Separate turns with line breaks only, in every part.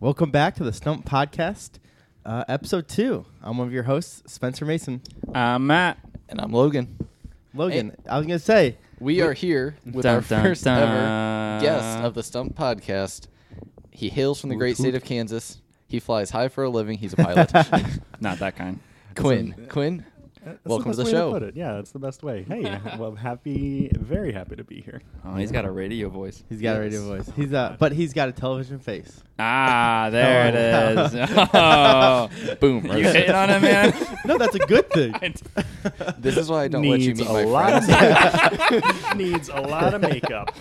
Welcome back to the Stump Podcast, uh, episode two. I'm one of your hosts, Spencer Mason.
Uh, Matt.
And I'm Logan.
Logan, I was going to say,
We are here with
Dun,
our
dun,
first
dun.
ever guest of the Stump Podcast. He hails from the great state of Kansas. He flies high for a living. He's a pilot.
Not that kind.
Quinn. Quinn.
That's
Welcome to
best
the
way
show.
put it. Yeah, that's the best way. Hey, well, I'm happy, very happy to be here.
Oh, he's got a radio voice.
he's got a radio voice. He's uh, But he's got a television face.
Ah, there it
Oh.
is. Oh.
Boom.
You hitting on it, man?
No, that's a good thing.
I d-
This is why I don't let you
Needs
meet
a
my
lot
friends.
of needs a lot of makeup.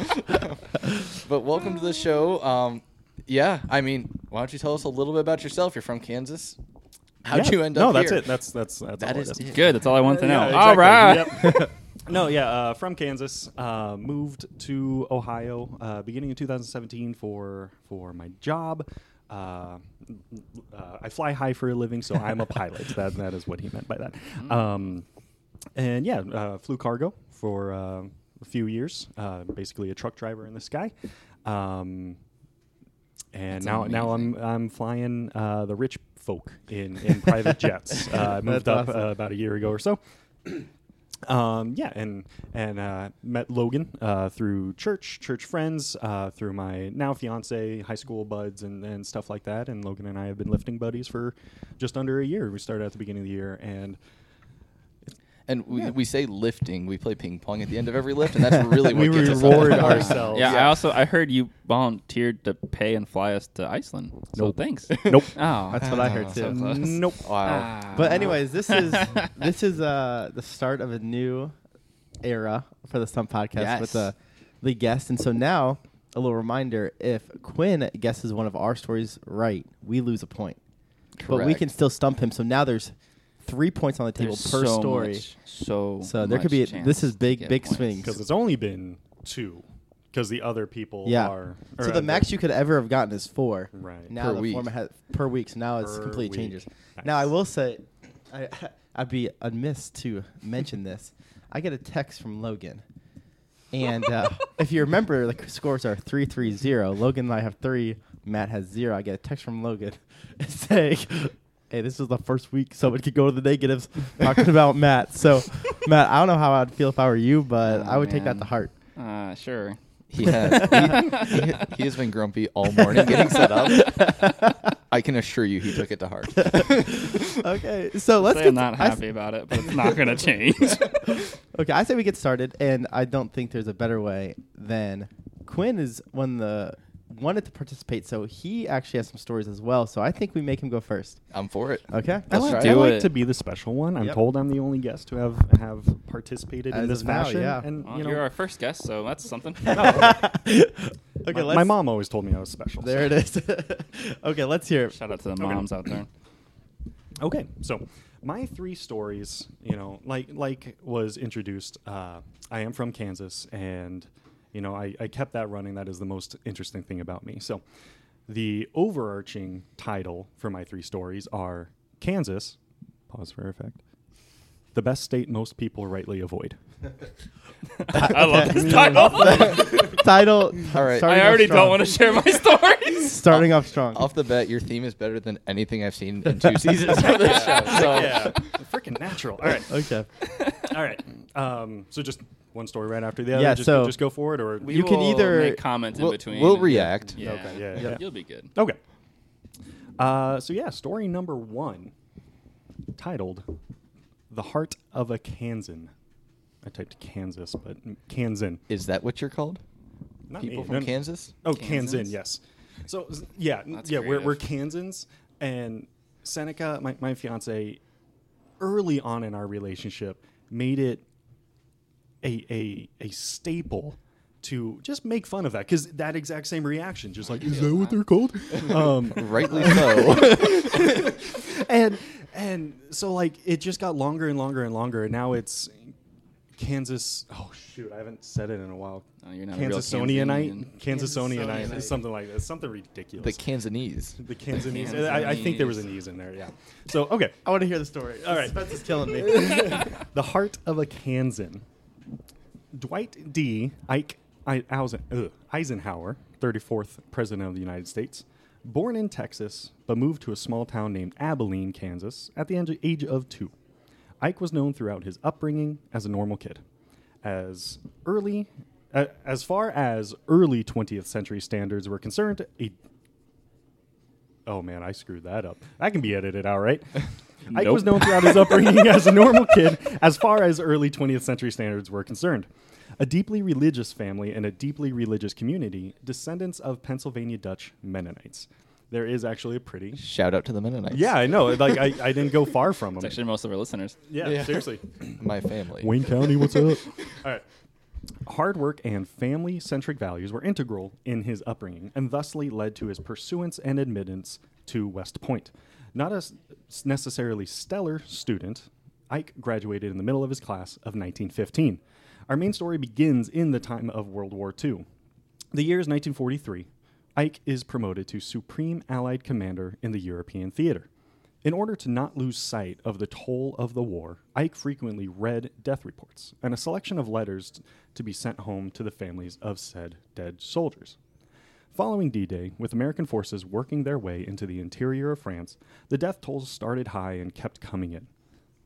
but welcome to the show. Um, yeah, I mean, why don't you tell us a little bit about yourself? You're from Kansas. How'd
Yeah.
you end
no,
up
that's
here?
it. That's that's that's
That
all
is
it
it.
Good. That's all I wanted to know.
Yeah,
All right.
exactly. Yep. no, yeah, uh, from Kansas, uh, moved to Ohio uh, beginning in 2017 for for my job. Uh, uh, I fly high for a living, so I'm a pilot. That that is what he meant by that. Um, and yeah, uh, flew cargo for uh, a few years, uh, basically a truck driver in the sky. Um, and
That's
now, now I'm
amazing.
I'm flying uh, the rich folk in, in private jets. Uh, I moved
That's
up
awesome.
uh, about a year ago or so. Um, yeah, and and uh, met Logan uh, through church, church friends, uh, through my now fiance, high school buds, and, and stuff like that. And Logan and I have been lifting buddies for just under a year. We started at the beginning of the year, and
And we, we say lifting. We play ping pong at the end of every lift, and that's really what
We
gets us
reward
out of the car.
ourselves.
Yeah, I also I heard you volunteered to pay and fly us to Iceland. So thanks.
nope,
Oh, Ah.
That's what I heard,
so
too.
close.
nope. Ah.
Wow.
But anyways, this is this is uh, the start of a new era for the Stump Podcast
Yes.
with the the guest, and so now a little reminder: if Quinn guesses one of our stories right, we lose a point, but we
Correct.
can still stump him. So now there's three points on the table
There's
per
so
story.
much- so
So there could
much
be-
chance
this is
to
big-
get
big
points.
swings.
Because it's only been two, because the other people
Yeah.
are.
So
or, uh,
the max you could ever have gotten is four.
Right.
Now
Per
the
week.
format has, per week. So now it's
Per
completely
week.
changes.
Nice.
Now I will say, I, I'd be amiss to mention this. I get a text from Logan, and uh, if you remember, the scores are three three zero. Logan and I have three. Matt has zero. I get a text from Logan saying. Hey, this was the first week someone could go to the negatives talking about Matt. So, Matt, I don't know how I'd feel if I were you, but
Oh,
I would take that
man.
to heart.
Uh, sure.
He has. he, he, he has been grumpy all morning getting set up. I can assure you he took it to heart.
Okay, so let's
say
get
I'm not
I s-
happy about it, but it's not going to change.
Okay, I say we get started, and I don't think there's a better way than Quinn is one of the wanted to participate, so he actually has some stories as well. So I think we make him go first.
I'm for it.
Okay,
I
Let's
like,
try
I
it.
like
it.
to be the special one. I'm
Yep.
told I'm the only guest to have have participated
As
in this
of now,
fashion.
yeah.
And
well,
you
you
know,
are our first guest, so that's something.
okay,
my,
let's,
my mom always told me I was special.
There it is. okay, let's hear. it.
Shout out to the moms out there.
Okay, so my three stories, you know, like like was introduced. Uh, I am from Kansas, and you know, I, I kept that running. That is the most interesting thing about me. So, the overarching title for my three stories are Kansas. Pause for effect. The best state most people rightly avoid.
I love this title.
Title.
All right.
starting off
I already
strong.
don't want to share my stories.
Starting off strong.
Off the bat, your theme is better than anything I've seen in two seasons of this show. So
freaking natural. All right,
okay.
all right. Um, so just one story right after the other.
Yeah,
just,
so-
just go forward, or
We
You can
will
either-
make comments
we'll,
in between.
we'll
and-
react.
Yeah.
Okay, yeah, yeah.
You'll be good.
Okay. Uh, so yeah, story number one, titled "The Heart of a Kansan." I typed Kansas, but Kansan.
Is that what you're called?
Not
People
me,
from
no, no.
Kansas?
Oh,
Kansans?
Kansan, yes. So s- yeah, n-
That's
yeah, we're, we're
creative.
Kansans, and Seneca, my my fiance, early on in our relationship, made it a a a staple to just make fun of that because that exact same reaction, just like is that what they're called? um,
Rightly so.
and and so like it just got longer and longer and longer and now it's Kansas oh shoot I haven't said it in a while
Oh, you're not a real
Kansasonianite
Kansanian.
Kansasonianite
Kansasonianite.
is something like that something
the
ridiculous
Kansanese.
the Kansanese I, I think there was an ease in there yeah so okay
I want to hear the story.
All right.
Spence is killing me.
the heart of a Kansan Dwight D Ike I, Eisen- ugh, Eisenhower, 34th President of the United States, born in Texas, but moved to a small town named Abilene, Kansas, at the age- age of two. Ike was known throughout his upbringing as a normal kid. As early, uh, as far as early 20th century standards were concerned, a Oh man, I screwed that up. That can be edited out, right? Ike was known
Nope.
throughout his upbringing as a normal kid, as far as early 20th century standards were concerned. A deeply religious family and a deeply religious community, descendants of Pennsylvania Dutch Mennonites. There is actually a pretty.
Shout out to the Mennonites.
Yeah, I know. Like I, I didn't go far from them.
It's actually most of our listeners.
yeah,
Yeah.
seriously.
my family.
Wayne County, what's up? All right. Hard work and family centric values were integral in his upbringing and thusly led to his pursuance and admittance to West Point. Not a s- necessarily stellar student, Ike graduated in the middle of his class of 1915. Our main story begins in the time of World War II. The year is 1943. Ike is promoted to Supreme Allied Commander in the European theater. In order to not lose sight of the toll of the war, Ike frequently read death reports and a selection of letters t- to be sent home to the families of said dead soldiers. Following D Day, with American forces working their way into the interior of France, the death tolls started high and kept coming in.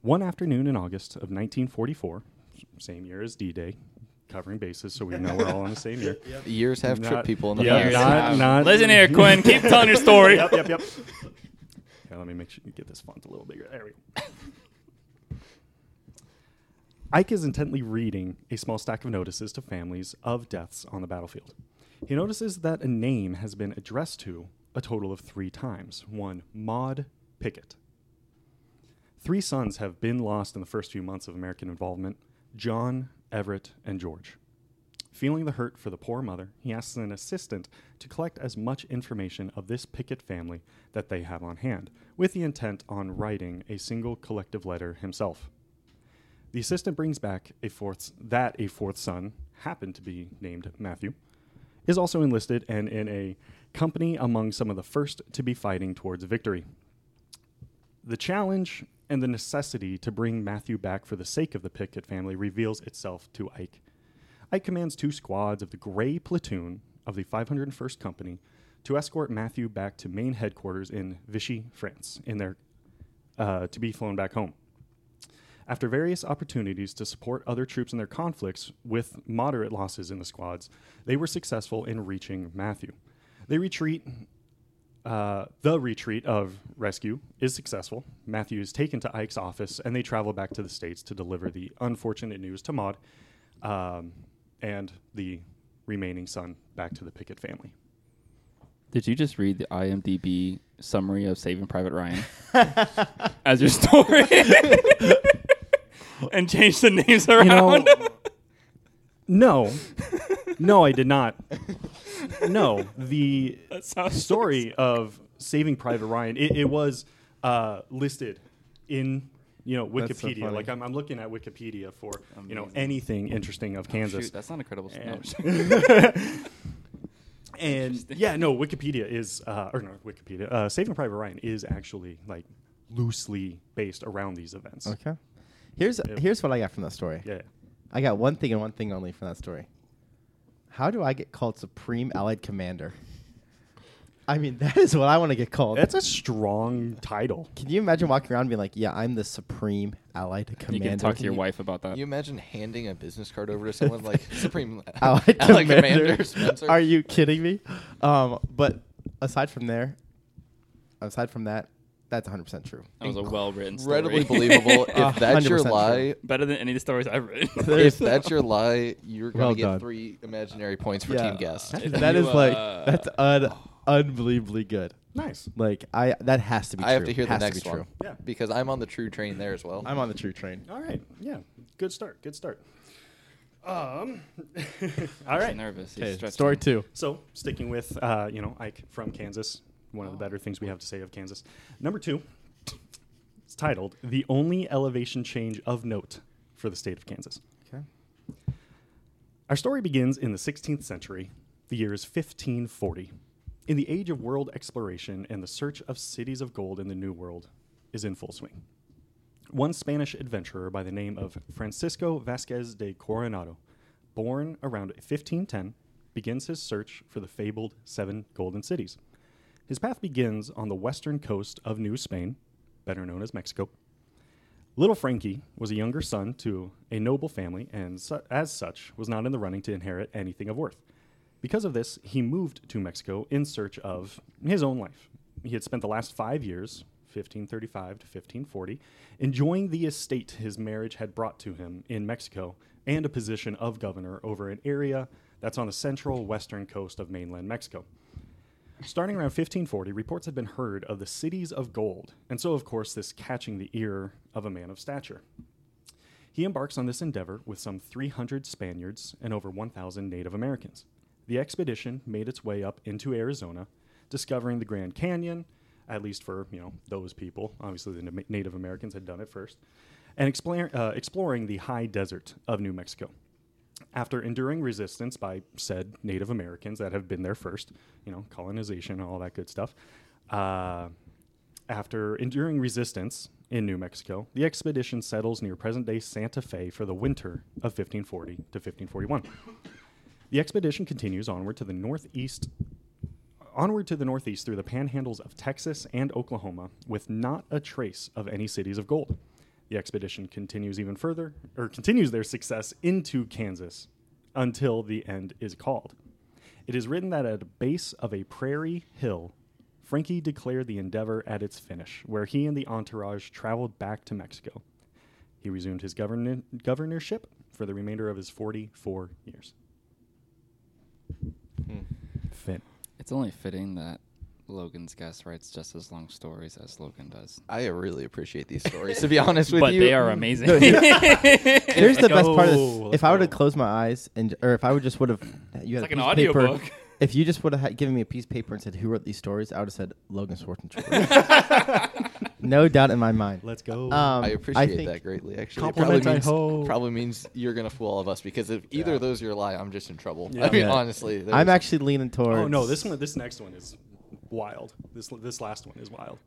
One afternoon in August of 1944, s- same year as D Day, covering bases so we know we're all on the same year.
Years have
Not-
tripped people in the
yeah,
past.
Not- not-
Listen here, Quinn. Keep telling your story.
Yep, yep, yep. Okay, let me make sure you get this font a little bigger. There we go. Ike is intently reading a small stack of notices to families of deaths on the battlefield. He notices that a name has been addressed to a total of three times. One, Maud Pickett. Three sons have been lost in the first few months of American involvement John, Everett, and George. Feeling the hurt for the poor mother, he asks an assistant to collect as much information of this Pickett family that they have on hand, with the intent on writing a single collective letter himself. The assistant brings back a fourth that a fourth son happened to be named Matthew is also enlisted and in a company among some of the first to be fighting towards victory. The challenge and the necessity to bring Matthew back for the sake of the Pickett family reveals itself to Ike. Ike commands two squads of the Gray Platoon of the 501st Company to escort Matthew back to main headquarters in Vichy, France, in their uh, to be flown back home. After various opportunities to support other troops in their conflicts with moderate losses in the squads, they were successful in reaching Matthew. They retreat. Uh, the retreat of rescue is successful. Matthew is taken to Ike's office, and they travel back to the states to deliver the unfortunate news to Maud um, and the remaining son back to the Pickett family.
Did you just read the IMDb summary of Saving Private Ryan as your story? and change the names around?
no, no, I did not. No, the
that sounds
story of Saving Private Ryan. It, it was uh, listed in you know
That's so
Wikipedia.
funny.
like I'm, I'm looking at Wikipedia for you know anything interesting of Kansas.
Oh, Shoot, that's not incredible. No, I'm
And-
just-
and yeah, no, Wikipedia is uh, or no, Wikipedia. Uh, Saving Private Ryan is actually like loosely based around these events.
Okay. Here's here's what I got from that story.
Yeah.
I got one thing and one thing only from that story. How do I get called Supreme Allied Commander? I mean, that is what I want to get called.
That's a strong title.
Can you imagine walking around and being like, "Yeah, I'm the Supreme Allied Commander"?
you can talk to your
you-
wife about that.
Can you imagine handing a business card over to someone like Supreme
Allied
Allied
Commander.
Spencer?
Are you kidding me? Um, but aside from there, aside from that, that's 100 percent true.
that was a well written story.
Incredibly believable.
Uh,
if that's your
100%
lie,
Better than any of the stories I've read.
if that's your lie, you're gonna
Well
get
done.
three imaginary points for
Yeah.
team guest.
If
That
you,
is like
uh,
that's un- unbelievably good.
Nice.
Like I, that has to be.
I
true.
have to hear the
Has
next
be
one
True.
Yeah.
because I'm on the true train there as well.
I'm on the true train.
All right. Yeah. Good start. Good start. Um. all right.
nervous. He's
Okay,
stretching.
story two.
So, sticking with uh, you know Ike from Kansas, one of the better things we have to say of Kansas. Number two, it's titled "The Only Elevation Change of Note for the State of Kansas."
Okay.
Our story begins in the 16th century. The year is 1540. In the age of world exploration and the search of cities of gold in the New World is in full swing. One Spanish adventurer by the name of Francisco Vasquez de Coronado born around 1510, begins his search for the fabled seven golden cities. His path begins on the western coast of New Spain, better known as Mexico. Little Frankie was a younger son to a noble family and, su- as such, was not in the running to inherit anything of worth. Because of this, he moved to Mexico in search of his own life. He had spent the last five years, 1535 to 1540, enjoying the estate his marriage had brought to him in Mexico and a position of governor over an area that's on the central western coast of mainland Mexico. Starting around 1540, reports had been heard of the cities of gold, and so, of course, this catching the ear of a man of stature. He embarks on this endeavor with some 300 Spaniards and over 1,000 Native Americans. The expedition made its way up into Arizona, discovering the Grand Canyon, at least for you know those people. Obviously, the Na- Native Americans had done it first, and explore, uh, exploring the high desert of New Mexico after enduring resistance by said Native Americans that have been there first, you know, colonization and all that good stuff. Uh, after enduring resistance in New Mexico, the expedition settles near present day Santa Fe for the winter of 1540 to 1541. The expedition continues onward to the northeast. Onward to the northeast through the panhandles of Texas and Oklahoma with not a trace of any cities of gold. The expedition continues even further, or continues their success into Kansas until the end is called. It is written that at the base of a prairie hill, Frankie declared the endeavor at its finish, where he and the entourage traveled back to Mexico. He resumed his govern- governorship for the remainder of his 44 years. Fit.
It's only fitting that Logan's guest writes just as long stories as Logan does.
I really appreciate these stories, to be honest with
But
you.
they are amazing.
Here's the best part of
Let's go,
this.
let's
If I would have
go.
closed my eyes and, or if I would just would have, you had
like
a
an
piece of paper-
audiobook.
If you just would have ha- given me a piece of paper and said who wrote these stories, I would have said Logan Swarton. no doubt in my mind.
Let's go.
Um,
I appreciate
think-
that greatly. Actually, It
Compliment,
probably
I
means,
hope.
probably means you're gonna fool all of us because if either
Yeah.
of those are a lie, I'm just in trouble.
Yeah.
I mean,
Yeah.
honestly, there
I'm
was-
actually leaning towards.
oh no, this one, this next one is wild. This this last one is wild.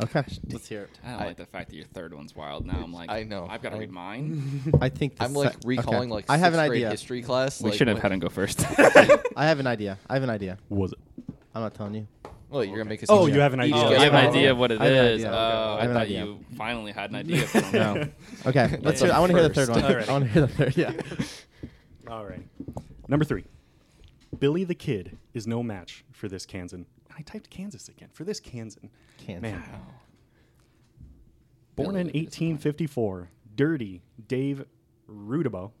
Okay, let's hear it.
I don't
I-
like the fact that your third one's wild. Now I'm like,
I know.
I've got to
I-
read mine.
I think the
I'm like
sec- okay.
recalling like
I have an
sixth grade
idea.
history class.
we
like,
should have
when-
had him go first.
I have an idea. I have an idea.
Was it?
I'm not telling you.
Well, you're gonna make us.
Oh,
each-
you have an
each
idea.
oh,
guess
you have an
one.
idea of what it
I have an
is.
idea.
Oh,
I have
I
an
thought
idea.
you finally had an idea. for him.
No. Okay, let's
Yeah.
hear. I want to hear the third
First.
one. I want to hear the third. Yeah.
All right. Number three. Billy the Kid is no match for this Kansan. I typed Kansas again. For this Kansan.
Kansan.
Man.
Billy
Born in
would be
1854, Dirty Dave Rudabo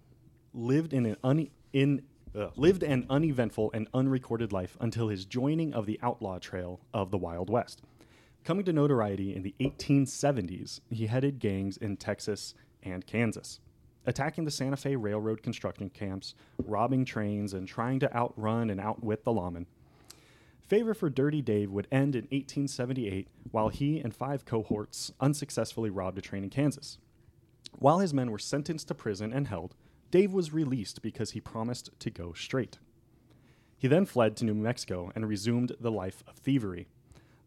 lived in an une- in uh, lived an uneventful and unrecorded life until his joining of the outlaw trail of the Wild West. Coming to notoriety in the 1870s, he headed gangs in Texas and Kansas, attacking the Santa Fe Railroad construction camps, robbing trains, and trying to outrun and outwit the lawmen. Favor for Dirty Dave would end in 1878 while he and five cohorts unsuccessfully robbed a train in Kansas. While his men were sentenced to prison and held, Dave was released because he promised to go straight. He then fled to New Mexico and resumed the life of thievery.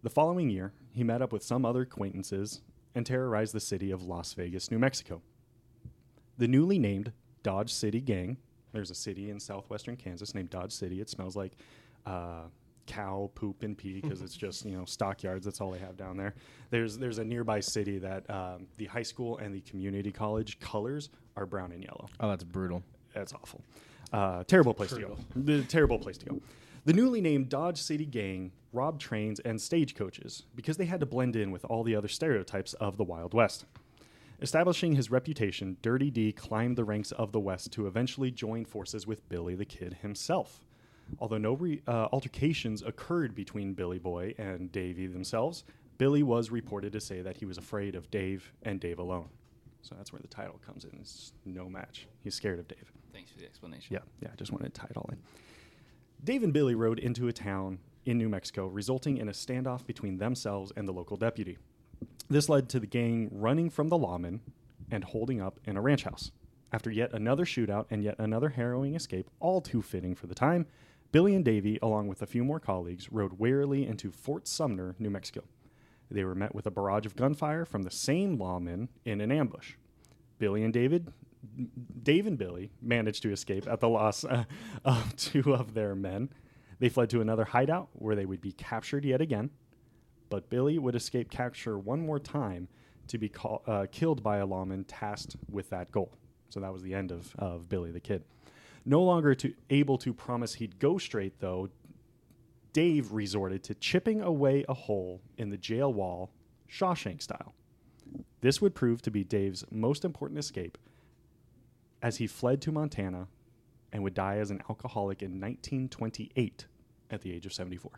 The following year, he met up with some other acquaintances and terrorized the city of Las Vegas, New Mexico. The newly named Dodge City Gang, there's a city in southwestern Kansas named Dodge City. It smells like uh, cow poop and pee because it's just, you know, stockyards. That's all they have down there. There's, there's a nearby city that um, the high school and the community college colors are brown and yellow
Oh, that's brutal.
that's awful. Uh, terrible place to go. The terrible place to go. The newly named Dodge City Gang robbed trains and stagecoaches because they had to blend in with all the other stereotypes of the Wild West. Establishing his reputation, Dirty D climbed the ranks of the West to eventually join forces with Billy the Kid himself. Although no re- uh, altercations occurred between Billy Boy and Davey themselves, Billy was reported to say that he was afraid of Dave and Dave alone. So that's where the title comes in. It's no match. He's scared of Dave.
Thanks for the explanation.
Yeah, yeah, I just wanted to tie it all in. Dave and Billy rode into a town in New Mexico, resulting in a standoff between themselves and the local deputy. This led to the gang running from the lawmen and holding up in a ranch house. After yet another shootout and yet another harrowing escape, all too fitting for the time, Billy and Davy, along with a few more colleagues, rode wearily into Fort Sumner, New Mexico. They were met with a barrage of gunfire from the same lawmen in an ambush. Billy and David, Dave and Billy managed to escape at the loss uh, of two of their men. They fled to another hideout where they would be captured yet again, but Billy would escape capture one more time to be call, uh, killed by a lawman tasked with that goal. So that was the end of, of Billy the Kid. No longer to, able to promise he'd go straight, though, Dave resorted to chipping away a hole in the jail wall, Shawshank style. This would prove to be Dave's most important escape as he fled to Montana and would die as an alcoholic in 1928 at the age of 74.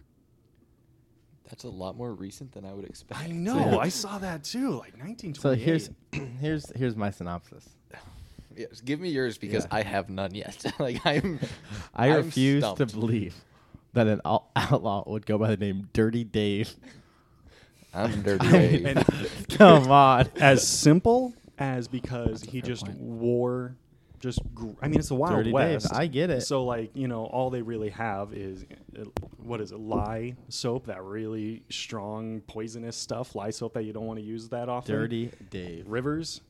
That's a lot more recent than I would expect.
I know. I saw that too, like 1928.
So here's here's here's my synopsis.
Yes, give me yours because I have none yet. like I'm,
I
I'm
refuse to
stumped.
believe that an out- outlaw would go by the name Dirty Dave.
I'm dirty. Dave.
and
Come on.
as simple as because he
fair
just
point.
wore just gr- I mean it's the Wild
Dirty Dave,
West.
I get it.
So like, you know, all they really have is uh, what is it? Lye soap, that really strong poisonous stuff, lye soap that you don't want to use that often.
Dirty Dave.
rivers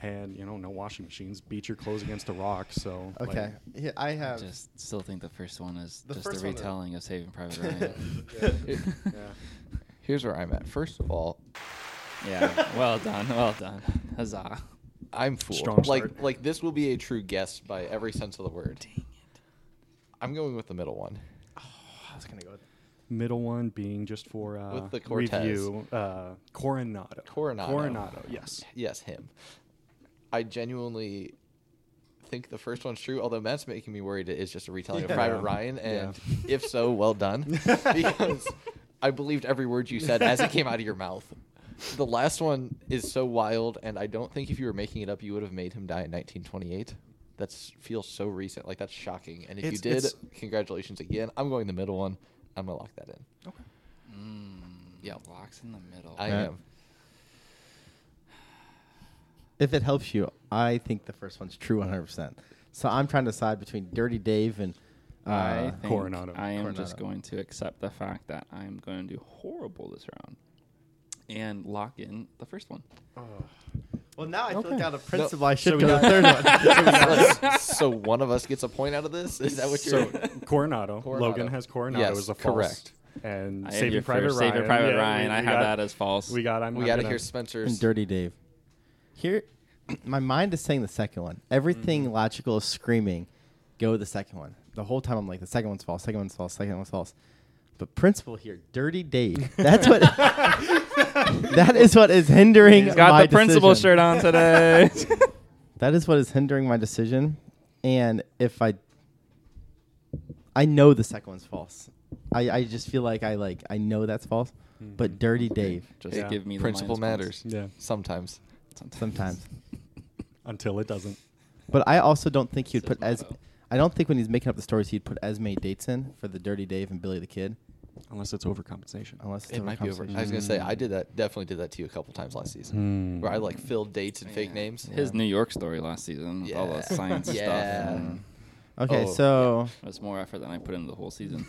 and you know, no washing machines, beat your clothes against a rock, so like,
Okay. Yeah, I have
just still think the first one is
The
just a
first one is-
retelling of Saving Private Ryan.
yeah.
Here's where I'm at. First of all,
yeah, well done, well done, huzzah!
I'm fooled.
Strong
like
start.
like this will be a true guess by every sense of the word. I'm going with the middle one.
I was gonna go with
Middle one being just for uh,
With the Cortez.
review, uh, Coronado.
Coronado.
Coronado. Yes.
Yes, him. I genuinely think the first one's true, although Matt's making me worried it is just a retelling
Yeah.
of Private Ryan, and if so, well done. because I believed every word you said as it came out of your mouth. The last one is so wild, and I don't think if you were making it up, you would have made him die in 1928. That feels so recent. Like, that's shocking. And if
It's-
you did,
it's-
congratulations again. I'm going the middle one. I'm going to lock that in.
Okay.
Mm, Yeah, locks in the middle.
I
Matt?
am.
If it helps you, I think the first one's true 100%. So I'm trying to decide between Dirty Dave and uh,
I think
Coronado.
I am just
Coronado.
going to accept the fact that I am going to do horrible this round and lock in the first one.
Well, now I feel
Okay.
like out of principle,
principle,
I
should
should
we
go
not-
the third one.
so one of us gets a point out of this? Is that what you're
So Coronado.
Coronado.
Logan has Coronado
Yes,
as a false.
correct.
And
I am your
Saving Private
first
Ryan.
Saving Private
Yeah,
Ryan.
we-
I
we
have
got-
that as false.
We got. I'm.
We
not
got to
gonna-
hear Spencer's.
and Dirty Dave. Here, my mind is saying the second one. Everything
Mm-hmm.
logical is screaming, go with the second one. The whole time I'm like, the second one's false, second one's false, second one's false. But principle here, Dirty Dave. That's what. that is what is hindering.
He's got
my
the principal
decision.
shirt on today.
That is what is hindering my decision. And if I I know the second one's false. I, I just feel like I like I know that's false.
Mm-hmm.
But Dirty Dave
just
Yeah.
give me the
principle
minus
matters.
points.
Yeah.
Sometimes.
sometimes.
Until it doesn't.
But I also don't think he'd
Says
put as
motto.
I don't think when he's making up the stories he'd put as many dates in for the Dirty Dave and Billy the Kid.
Unless it's overcompensation.
Unless it's
It might be over. I was gonna say I did that. Definitely did that to you a couple times last season,
Hmm.
where I like filled dates and fake
Yeah.
names.
His New York story last season with all the
Yeah.
science
Yeah.
stuff. and
Okay,
Oh,
so
It was more effort than I put into the whole season.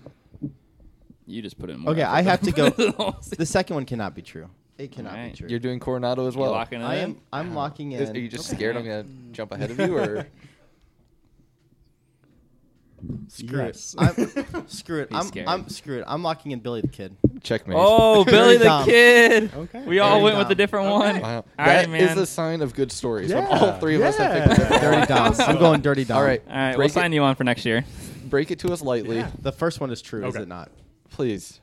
you just put in more.
okay,
effort
I
than
have to
put
go.
into the whole season.
the second one cannot be true. It cannot
Alright.
be true.
You're doing Coronado as
You
well.
locking Mm. it
I
in?
am I'm locking in.
Is- are you just
Okay.
scared I'm gonna jump ahead of you, or
Screw
Yes.
it. I'm, screw it.
Be
I'm,
scared.
I'm screw it. I'm locking in Billy the Kid.
checkmate?
Oh,
Very
Billy the
dumb.
Kid.
Okay.
We all
Very
went with
dumb.
a different
Okay.
one.
wow.
All
That
right,
is
man.
a sign of good stories. when
Yeah.
all three of us have picked. a
Yeah.
different
Dirty
one.
Dom. I'm going Dirty Dom.
All right.
all right, we'll
break
sign
it,
you on for next year.
Break it to us lightly,
Yeah.
The first one is true, is
Okay.
it not?
please.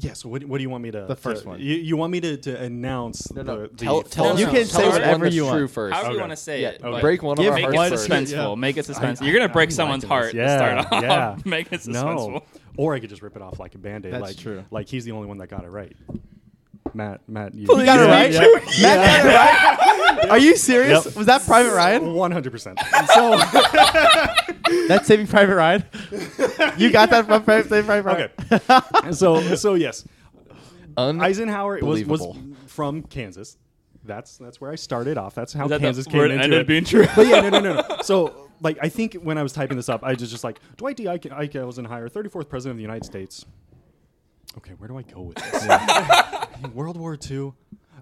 Yeah. So what, what do you want me to?
The first
to-
one.
You, you want me to, to announce
No, no.
the, the
tell tell
false
us.
You
one.
can say
tell us
whatever
one that's
you want.
true first.
However you
Okay.
want to say
Yeah,
it.
okay.
but
break one of
Yeah,
our
make
Make
hearts
one
it
is
first.
true.
suspenseful.
Yeah.
Make it suspenseful.
I-
You're gonna break
I'm
someone's
liking this.
heart
Yeah,
to start off.
yeah.
Make it
No.
suspenseful.
Or I could just rip it off like a band aid.
That's
like,
true.
Like he's the only one that got it right. Matt. Matt. You,
Please. You got it right?
Yeah.
Sure.
Matt got it right? Are you serious?
Yep.
Was that Private Ryan?
One hundred percent. So
That's Saving Private Ryan? You got that from Pri- Saving Private Ryan?
okay. So so yes,
Un-
Eisenhower was was
Believable.
from Kansas. That's that's where I started off. That's how
Is that
Kansas
the
came
word
into
ended
it.
being true?
but yeah, no, no, no, no. So like, I think when I was typing this up, I just just like Dwight D. Eichen- Eisenhower, thirty fourth president of the United States. Okay, where do I go with this? World War II.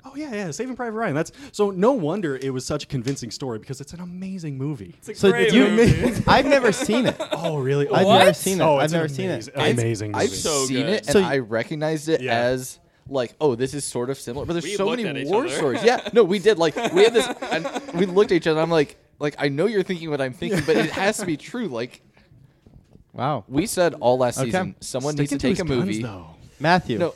Oh yeah, yeah, Saving Private Ryan. That's so. No wonder it was such a convincing story because it's an amazing movie.
It's a
So
great
you,
movie.
I've never seen it.
Oh really?
I've
What?
never seen it.
Oh,
I've
it's an
never seen it.
amazing- Amazing.
I've
movie.
seen
So good.
it and
So-
I recognized it
Yeah.
as like, oh, this is sort of similar. But there's
We
so
looked
many
at each
war
other.
stories. Yeah, no, we did. Like we had this, and we looked at each other. and I'm like, like I know you're thinking what I'm thinking, but it has to be true. Like
Wow,
we said all last
Okay.
season, someone
Sticking
needs to
to
take
his
a
guns,
movie.
though.
Matthew.
No.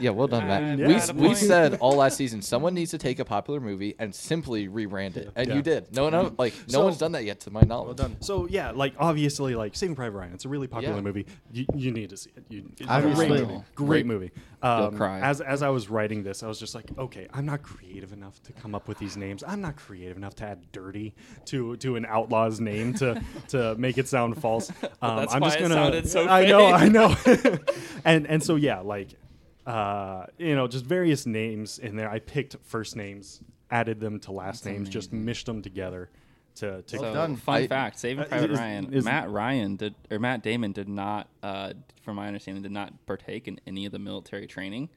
Yeah, well done,
Uh,
Matt.
yeah.
we
Got a
we
point.
said all last season someone needs to take a popular movie and simply rebrand it, and
Yeah.
you did. No one, else, like no
So-
one's done that yet, to my knowledge.
So yeah, like obviously, like Saving Private Ryan. It's a really popular
Yeah.
movie. You, you need to see it. You, it's a
Obviously.
great movie. Great movie. Um,
cry.
As as I was writing this, I was just like, okay, I'm not creative enough to come up with these names. I'm not creative enough to add "dirty" to to an outlaw's name to to make it sound false. Um,
that's
I'm
why
just
it
gonna.
sounded so
I know.
fake.
I know. and and so yeah, like uh, you know, just various names in there. I picked first names, added them to last names, just mished them together to to.
So,
done.
fun
I-
fact: Saving
Uh,
Private
is-
Ryan.
is-
Matt Ryan did, or Matt Damon did not, uh, from my understanding, did not partake in any of the military training,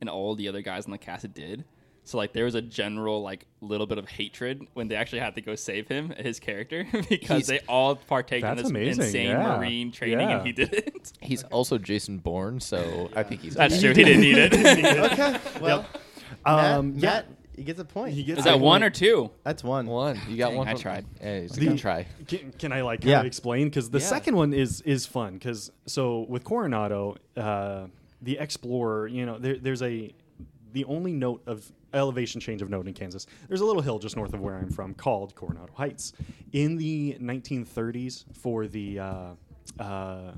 and all the other guys on the cast did. So like there was a general like little bit of hatred when they actually had to go save him, his character, because
He's-
they all partake in
That's
this
amazing,
insane
yeah.
marine training,
Yeah.
and he didn't.
He's also Jason Bourne, so I think he's.
That's
okay.
true. He didn't need it.
Okay. Well, Matt,
Um, yeah.
Matt, he gets a point.
He gets
Is
a
that one
point.
or two?
That's one.
One, you got
Dang,
one.
I
from-
tried.
Hey, it's a
The-
good try.
Can, can I like
Yeah.
kind of explain? Because the
Yeah.
second one is is fun. Because so with Coronado, uh, the Explorer, you know, there, there's a the only note of elevation change of note in Kansas. There's a little hill just north of where I'm from called Coronado Heights. In the 1930s, for the uh, uh,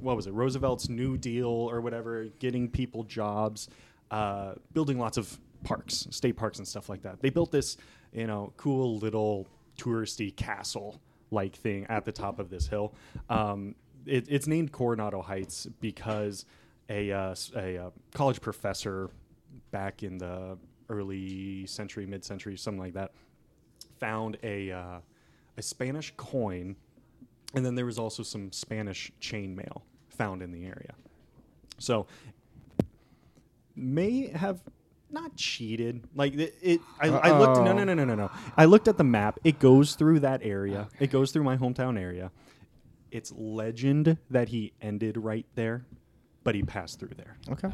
what was it Roosevelt's New Deal or whatever, getting people jobs, uh, building lots of parks, state parks and stuff like that. They built this, you know, cool little touristy castle like thing at the top of this hill. Um, it, it's named Coronado Heights because a, uh, s- a uh, college professor back in the early century, mid century, something like that, found a, uh, a Spanish coin. And then there was also some Spanish chainmail found in the area. So may have not cheated. Like it, it I, I looked. No, no, no, no, no, no. I looked at the map. It goes through that area. It goes through my hometown area. It's legend that he ended right there, but he passed through there.
Okay.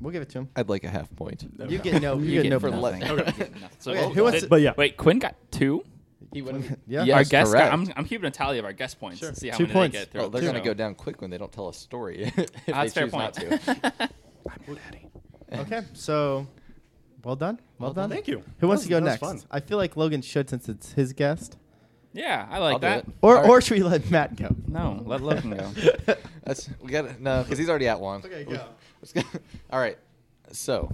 We'll give it to him.
I'd like a half point.
You get no. You, get, no.
for
point.
nothing.
nothing.
Okay.
You get nothing. So
Okay,
well
who wants
done.
to-
But yeah.
Wait, Quinn got two.
He wouldn't.
Yeah.
Yes,
our guest.
correct.
I'm, I'm keeping a tally of our guest points. to See how
Two
many
points.
they get through.
Well, they're
the
gonna
show.
go down quick when they don't tell a story. if
That's fair
they choose not
point.
to.
I'm daddy.
Okay. So, well done. Well, done.
Thank you.
Who wants
That
to go
was-
next?
that was fun.
I feel like Logan should since it's his guest.
yeah, I like
I'll do
that.
it.
Or
All right.
or should we let Matt go?
No, let Logan go.
That's we got no, because he's already at one.
Okay,
We-
go.
let's go. All right. So,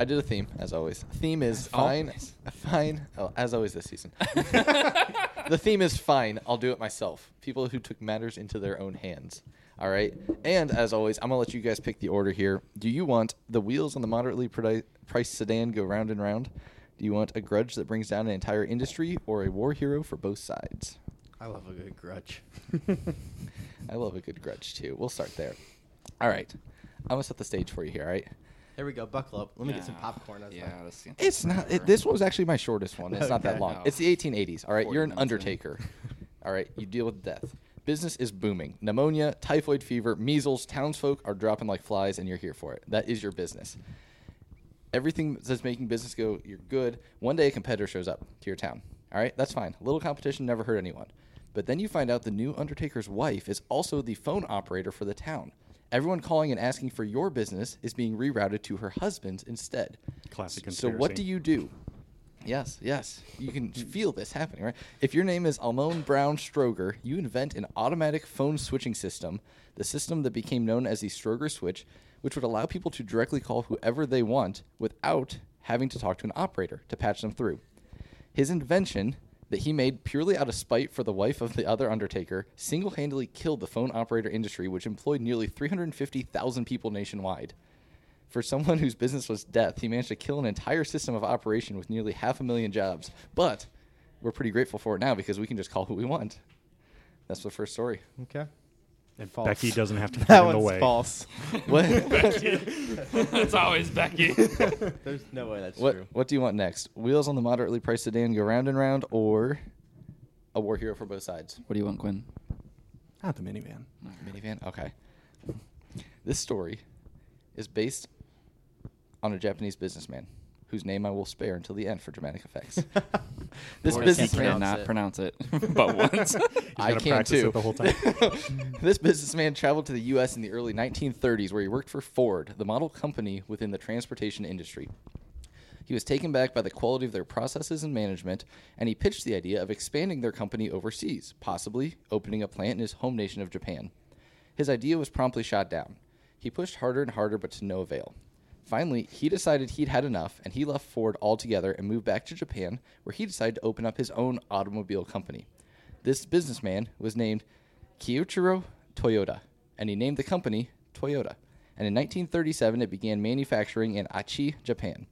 I did a theme as always. Theme is fine.
always.
Fine. Oh, as always this season. the theme is fine. I'll do it myself. People who took matters into their own hands. All right. And as always, I'm gonna let you guys pick the order here. Do you want the wheels on the moderately prodi- priced sedan go round and round? Do you want a grudge that brings down an entire industry, or a war hero for both sides?
I love a good grudge.
I love a good grudge too. We'll start there. All right. I'm gonna set the stage for you here. All right.
Here we go. Buckle up. Let me get some
Yeah.
popcorn. as
Yeah,
well.
this is-
It's not. It, this one was actually my shortest one. It's not that
Okay.
long.
No.
It's the 1880s. All right. You're
49
an
today.
undertaker. All right. You deal with death. Business is booming. Pneumonia, typhoid fever, measles. Townsfolk are dropping like flies, and you're here for it. That is your business. Everything that's making business go, you're good. One day a competitor shows up to your town. All right, that's fine. A little competition never hurt anyone. But then you find out the new Undertaker's wife is also the phone operator for the town. Everyone calling and asking for your business is being rerouted to her husband's instead.
Classic
So what
conspiracy.
do you do? Yes, yes. You can feel this happening, right? If your name is Almon Brown Stroger, you invent an automatic phone switching system, the system that became known as the Stroger switch, which would allow people to directly call whoever they want without having to talk to an operator to patch them through. His invention that he made purely out of spite for the wife of the other undertaker single-handedly killed the phone operator industry which employed nearly 350,000 people nationwide. For someone whose business was death, he managed to kill an entire system of operation with nearly half a million jobs. But we're pretty grateful for it now because we can just call who we want. That's the first story.
Okay.
And
False.
Becky doesn't have to put
That
him
one's
away.
false.
What,
That's always Becky.
There's no way that's
what
true.
what do you want next? Wheels on the moderately priced sedan go round and round, or a war hero for both sides?
What do you want, Quinn?
Not the minivan.
Minivan. Okay. This story is based on a Japanese businessman whose name I will spare until the end for dramatic effects. this
Or
Or
you
business
can't
man
businessman
pronounce
not
it.
pronounce it, but once.
He's
I
gotta
can
practice
too.
it the whole time.
this businessman traveled to the U.S. in the early 1930s, where he worked for Ford, the model company within the transportation industry. He was taken back by the quality of their processes and management, and he pitched the idea of expanding their company overseas, possibly opening a plant in his home nation of Japan. His idea was promptly shot down. He pushed harder and harder, but to no avail. Finally, he decided he'd had enough, and he left Ford altogether and moved back to Japan, where he decided to open up his own automobile company. This businessman was named Kyoichiro Toyota, and he named the company Toyota. And in 1937, it began manufacturing in Aichi, Japan.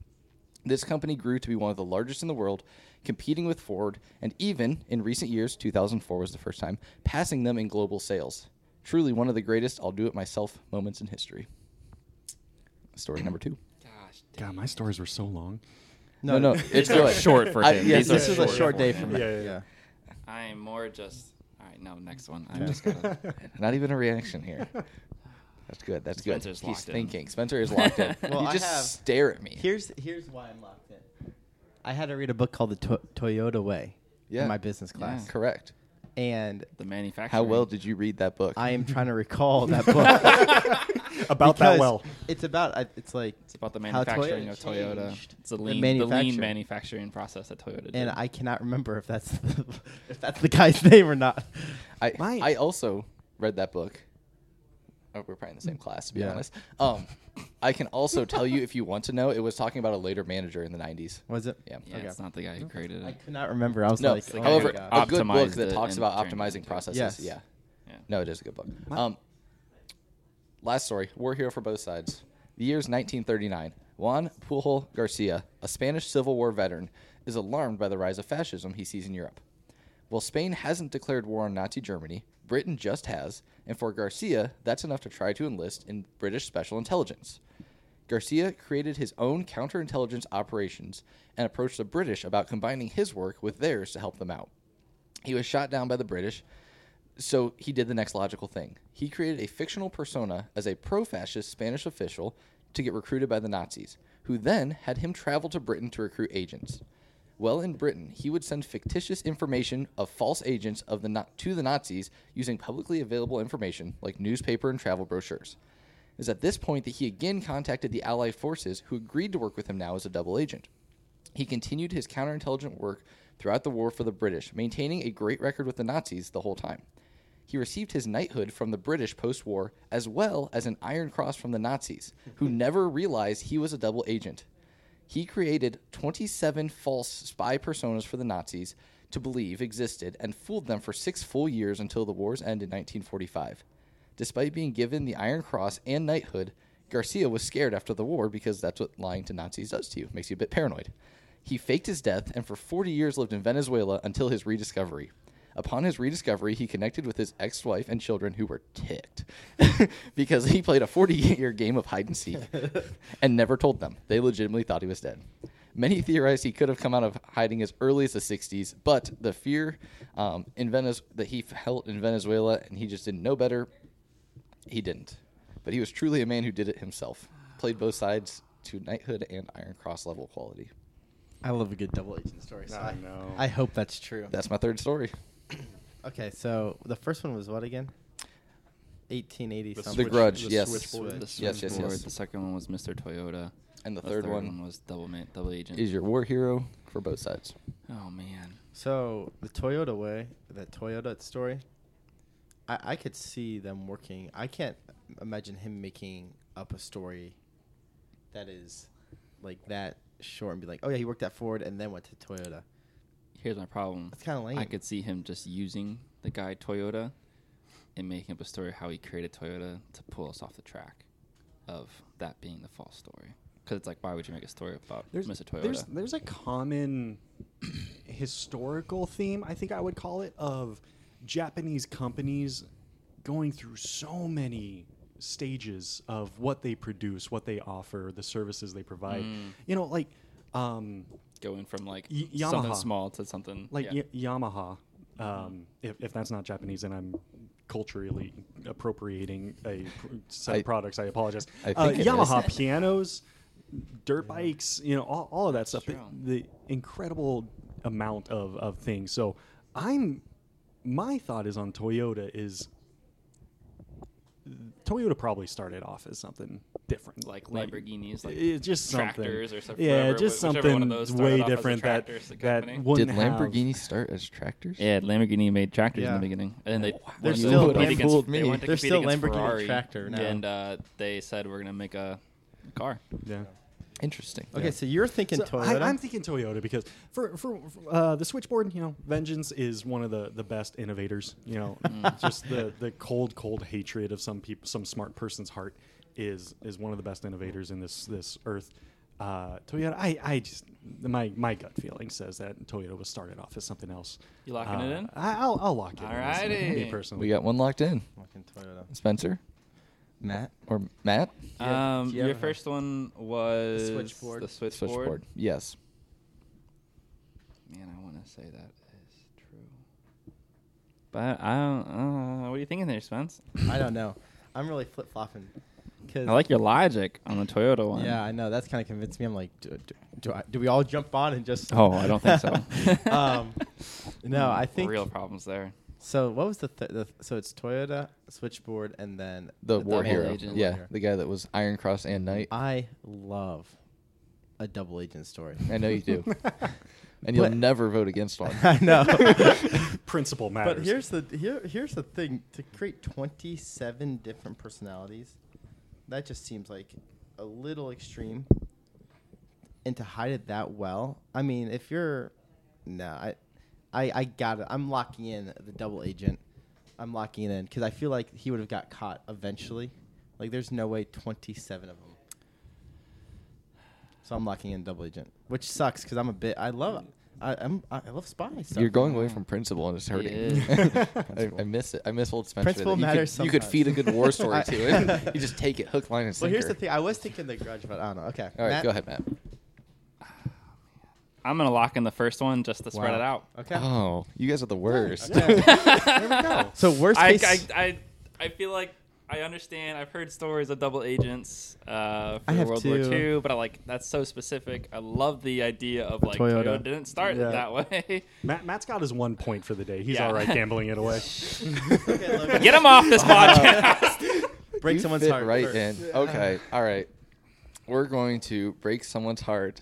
This company grew to be one of the largest in the world, competing with Ford, and even in recent years, 2004 was the first time, passing them in global sales. Truly one of the greatest I'll do it myself moments in history. Story number two.
God, my stories were so long.
No, no, it's good.
short for
I-
him.
yes,
These are
this is a short day for me.
Yeah, yeah, yeah.
I am more just. All right, no, next one. I'm just gonna.
Not even a reaction here. That's good. That's good.
Spencer's
He's
locked in.
thinking. Spencer is locked in.
Well,
you
I
just
have-
stare at me.
Here's here's why I'm locked in. I had to read a book called The to- Toyota Way
Yeah.
in my business class,
Correct.
and
The manufacturer.
How well did you read that book?
I am trying to recall that book
About that
because
well.
It's about I- it's like
It's about the
how
manufacturing of
changed
Toyota. It's a
the
lean, the, lean
manufacturing.
manufacturing process that Toyota did.
and I cannot remember if that's if that's the guy's name or not.
I,
My-
I also read that book. Oh, we're probably in the same class, to be
Yeah.
honest. Um, I can also tell you if you want to know. It was talking about a later manager in the '90s.
Was it?
Yeah.
yeah,
Okay.
it's not the guy who created
I
it.
could not remember. I was
No.
like, oh my
however,
God.
a good book
Optimized
that
it
talks
and
about
turned it
optimizing
into-
processes.
Yes.
Yeah.
Yeah.
No, it is a good book. Um, last story. War hero for both sides. The year's 1939. Juan Pujol Garcia, a Spanish Civil War veteran, is alarmed by the rise of fascism he sees in Europe. While Spain hasn't declared war on Nazi Germany, Britain just has, and for Garcia, that's enough to try to enlist in British Special Intelligence. Garcia created his own counterintelligence operations and approached the British about combining his work with theirs to help them out. He was shot down by the British, so he did the next logical thing. He created a fictional persona as a pro fascist Spanish official to get recruited by the Nazis, who then had him travel to Britain to recruit agents. Well, in Britain, he would send fictitious information of false agents of the Na- to the Nazis using publicly available information like newspaper and travel brochures. It was at this point that he again contacted the Allied forces, who agreed to work with him now as a double agent. He continued his counterintelligence work throughout the war for the British, maintaining a great record with the Nazis the whole time. He received his knighthood from the British post war, as well as an Iron Cross from the Nazis, who never realized he was a double agent. He created 27 false spy personas for the Nazis to believe existed and fooled them for six full years until the war's end in 1945. Despite being given the Iron Cross and knighthood, Garcia was scared after the war because that's what lying to Nazis does to you, makes you a bit paranoid. He faked his death and for 40 years lived in Venezuela until his rediscovery. Upon his rediscovery, he connected with his ex wife and children who were ticked because he played a 40 year game of hide and seek and never told them. They legitimately thought he was dead. Many theorized he could have come out of hiding as early as the 60s, but the fear um, in Venez- that he felt in Venezuela and he just didn't know better, he didn't. But he was truly a man who did it himself. Played both sides to knighthood and Iron Cross level quality.
I love a good double agent story. So
I
I,
know.
I hope that's true.
That's my third story.
Okay, so the first one was what again? 1880
The
something.
The Grudge, yes.
switchboard.
Switch.
The
yes, yes.
switchboard, The second one was Mr. Toyota.
And the
the
third
third
one
was double man, double agent.
Is your war hero for both sides?
oh man,
So the Toyota way, the Toyota story, I, I could see them working. I can't imagine him making up a story that is like that short and be like, oh yeah, he worked at Ford and then went to Toyota.
here's my problem.
That's kind of lame.
I could see him just using the guy Toyota and making up a story how he created Toyota to pull us off the track of that being the false story. Because it's like, why would you make a story about Mr. Toyota?
There's, there's a common historical theme, I think I would call it, of Japanese companies going through so many stages of what they produce, what they offer, the services they provide. You know, like um,
Going from like
Y-
something
Yamaha.
small to something
like
yeah.
y- Yamaha. Um, if, if that's not Japanese, then I'm culturally appropriating a pr- set
I-
of products. I apologize.
I
uh,
think it
Yamaha pianos, dirt bikes, you know, all, all of that stuff. The,
true.
the incredible amount of, of things. So I'm my thought is on Toyota is Toyota probably started off as something different,
like Lamborghinis, like
it's just something,
tractors or something.
yeah,
whatever,
just
wh- whichever
something
one of those started
way
off as a
different that
tractor, it's the
that
company.
Did
wouldn't have-
Lamborghini start as tractors?
Yeah, Lamborghini made tractors
Yeah.
in the beginning, and then they
They're
wanted to
still
compete
Lam-
against,
fooled
they
me.
wanted to
They're
compete
still
against
Lamborghini
Ferrari,
tractor now.
and uh, they said we're gonna make a car.
Yeah.
Interesting.
Okay, so you're thinking
So I,
Toyota.
I'm thinking Toyota because for for uh, the switchboard, you know, Vengeance is one of the, the best innovators. You know,
Mm.
just the, the cold cold hatred of some people, some smart person's heart is is one of the best innovators in this this earth. Uh, Toyota, I, I just my my gut feeling says that Toyota was started off as something else.
You locking it
Uh,
in?
I, I'll I'll lock it. in as
Alrighty.
Me personally,
We got one locked in.
Fucking Toyota.
Spencer
Matt.
or Matt?
Yeah.
Um,
Do you
your
ever have-
first one was
The switchboard.
The switchboard.
Switchboard. Yes.
Man, I want to say that is true, but I don't. Uh, what are you thinking there, Spence?
I don't know. I'm really flip flopping. Cause
I like your logic on the Toyota one.
Yeah, I know. That's kind of convinced me. I'm like, do, do, do, I, do we all jump on and just?
Oh, I don't think so. Mm,
um, no, I think
real problems there.
So what was the, th- the so it's Toyota switchboard and then
The war
double
hero.
agent.
Yeah,
War hero.
the guy that was Iron Cross and Knight.
I love a double agent story.
I know you do. and you'll
But-
never vote against one.
I know.
principle matters.
but here's the here here's the thing to create 27 different personalities. That just seems like a little extreme. And to hide it that well, I mean, if you're no, I I I got it. I'm locking in the double agent. I'm locking it in cuz I feel like he would have got caught eventually. Like there's no way 27 of them. So I'm locking in double agent, which sucks cuz I'm a bit I love I, I'm I love spies.
You're going away from principle and it's hurting.
Yeah.
I, I miss it. I miss old Spencer.
Principle
that you
matters
Could, you could
sometimes.
feed a good war story
I-
to it. You just take it hook, line, and sinker.
Well, here's the thing. I was thinking the grudge, but I don't know. Okay.
All right,
Matt?
go ahead, Matt.
I'm gonna lock in the first one just to spread
Wow.
it out.
Okay.
Oh, you guys are the worst.
Okay.
there we go.
so worst
I,
case, I,
I, I, I feel like I understand. I've heard stories of double agents uh,
I
for
have
World
two.
War II, but I like that's so specific. I love the idea of like
Toyota.
Toyota, didn't start
Yeah.
that way.
Matt, Matt's got his one point for the day. He's
Yeah.
all right gambling it away.
Okay, Logan.
Get him off this podcast.
break
you
someone's
fit
heart
right
first.
in. Okay, all right. We're going to break someone's heart.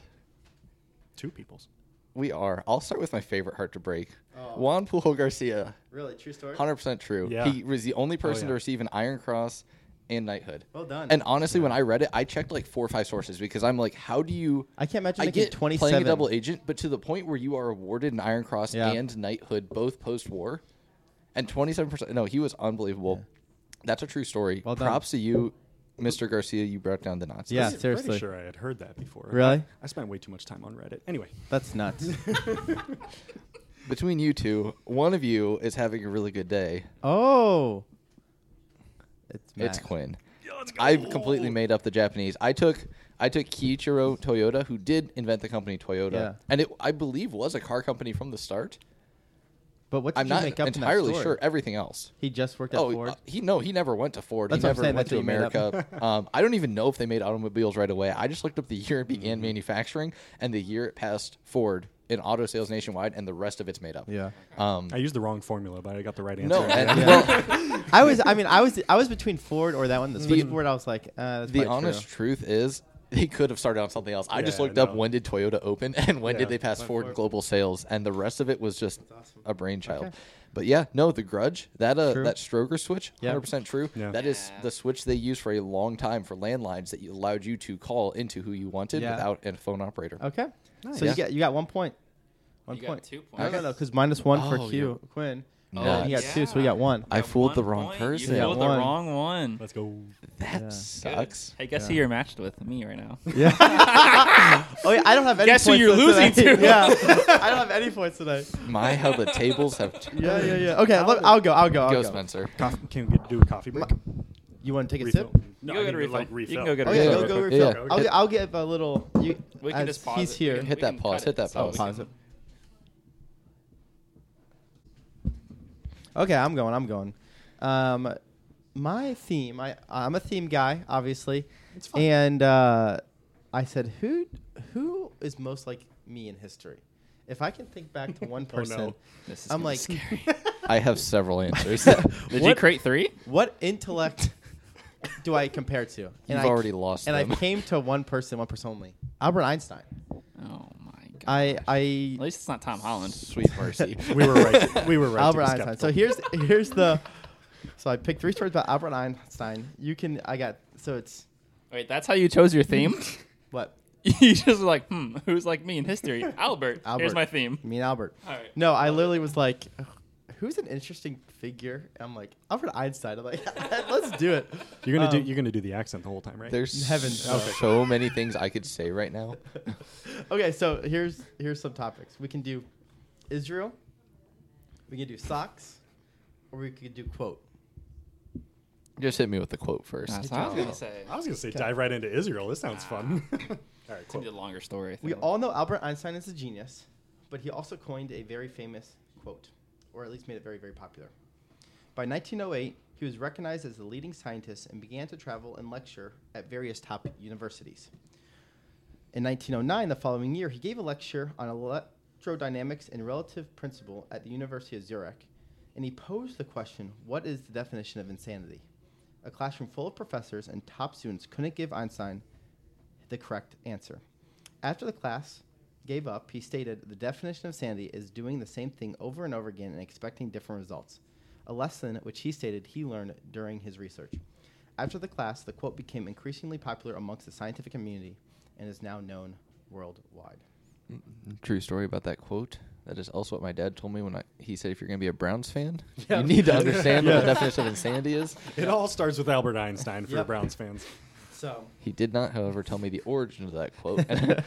Two people's.
We are. I'll start with my favorite heart to break.
Oh.
Juan Pujol Garcia,
Really, true story.
hundred percent true.
Yeah.
He was the only person to
yeah.
receive an Iron Cross and knighthood.
Well done.
And honestly, when I read it, I checked like four or five sources because I'm like, how do you?
I can't imagine
I
making
get playing
27.
a double agent, but to the point where you are awarded an Iron Cross
Yeah.
and knighthood, both post-war, and twenty-seven percent. No, he was unbelievable. That's a true story.
Well done.
Props to you, Mr. Garcia. You brought down the Nazis.
Yeah,
Pretty-
seriously.
Pretty sure I had heard that before.
Really?
I spent way too much time on Reddit. Anyway,
That's nuts.
Between you two, one of you is having a really good day.
oh. It's Matt.
It's Quinn. I've completely made up the Japanese. I took I took Kiichiro Toyota, who did invent the company Toyota,
Yeah.
and it I believe was a car company from the start.
But what did
I'm
you
not
make up in that
entirely
story?
sure everything else.
He just worked at
oh,
Ford.
uh, he no, he never went to Ford.
That's
he
what I'm
never
saying,
went
that's
to
what you made up.
America. um, I don't even know if they made automobiles right away. I just looked up the year it
Mm-hmm.
began manufacturing and the year it passed Ford in auto sales nationwide, and the rest of it's made up.
yeah.
Um,
I used the wrong formula, but I got the right answer.
no, and,
Yeah.
well,
I was. I mean, I was. I was between Ford or that one. The switchboard. I was like, uh, that's
The
probably true.
honest truth is, they could have started on something else. I just
Yeah,
looked up
no.
when did Toyota open and when
Yeah,
did they pass
went
Ford
for it.
global sales, and the rest of it was just
awesome.
a brainchild.
Okay.
But yeah, no, the Grudge that uh,
True.
that Stroger switch,
Yeah.
hundred percent true.
Yeah.
That is
Yeah.
the switch they used for a long time for landlines that you- allowed you to call into who you wanted
Yeah. Oh,
without a phone operator.
Okay. So
Yeah.
you got you got one point. One
You got
point.
two
No,
points.
no, no. Because minus one
Oh,
for Q Quinn,
Oh,
nuts.
he got two, so we got one.
I fooled the
one
wrong
point.
person.
You
Yeah,
fooled the
one.
wrong one.
Let's go.
That
Yeah.
sucks.
Hey, guess who you're matched with? Me right now.
Yeah. oh yeah, I don't have any.
Guess who
points
you're losing
tonight.
to.
yeah, I don't have any points tonight.
My, how the tables have turned.
Yeah, yeah, yeah. Okay, let- I'll go. I'll go. I'll
Go,
go.
Spencer.
Coffee. Can we get, do a coffee break?
You want to take a
Refill.
sip?
You
No,
go
I
get
need
a
to, like,
refill. You can go get a
Oh
Yeah,
yeah,
yeah,
go, go
yeah.
refill.
Yeah.
I'll, I'll give a little. You,
We can
as
just pause.
He's
it.
here.
We can-
Hit
we
that
can
pause,
cut
hit that
so we
pause.
can-
Pause it. Okay, I'm going. I'm going. Um, my theme. I I'm a theme guy, obviously.
It's fine.
And uh, I said, who who is most like me in history? If I can think back to one
Oh,
person,
no.
This is
I'm
gonna
like,
be scary.
I have several answers.
Did you
What-
create three?
what intellect do I compare to? And
You've
I,
already lost
And I
them.
came to one person, one person only. Albert Einstein.
Oh my god.
I
At
I
least it's not Tom Holland.
Sweet mercy.
We were right. We were right. to
Albert
be
Einstein. So
skeptical.
here's here's the. So I picked three stories about Albert Einstein. You can I got so it's
Wait, that's how you chose your theme?
what
you just were like, hmm, who's like me in history? Albert. Here's
Albert.
my theme.
me and Albert.
All right.
No, I literally was like, who's an interesting figure? And I'm like Albert Einstein. I'm like, let's do it.
You're gonna do.
Um,
You're gonna do the accent the whole time, right?
There's
Heaven. Okay.
so many things I could say right now.
Okay, so here's here's some topics. We can do Israel. We can do socks, or we could do quote.
Just hit me with the quote first.
That's what I was going
job.
to say.
I was gonna say dive right into Israel. This sounds fun. All right,
It's going to
cool.
be Ah. a longer story. I
We
think.
all know Albert Einstein is a genius, but he also coined a very famous quote, or at least made it very, very popular. By 1908, he was recognized as the leading scientist and began to travel and lecture at various top universities. In 1909, the following year, he gave a lecture on electrodynamics and relative principle at the University of Zurich, and he posed the question what is the definition of insanity? A classroom full of professors and top students couldn't give Einstein the correct answer. After the class gave up, he stated the definition of sanity is doing the same thing over and over again and expecting different results, a lesson which he stated he learned during his research. After the class, the quote became increasingly popular amongst the scientific community and is now known worldwide.
True story about that quote. That is also what my dad told me when I, he said, if you're going to be a Browns fan, you need to understand what the definition of insanity is.
It all starts with Albert Einstein for
Yep.
Browns fans.
So,
He did not, however, tell me the origin of that quote. And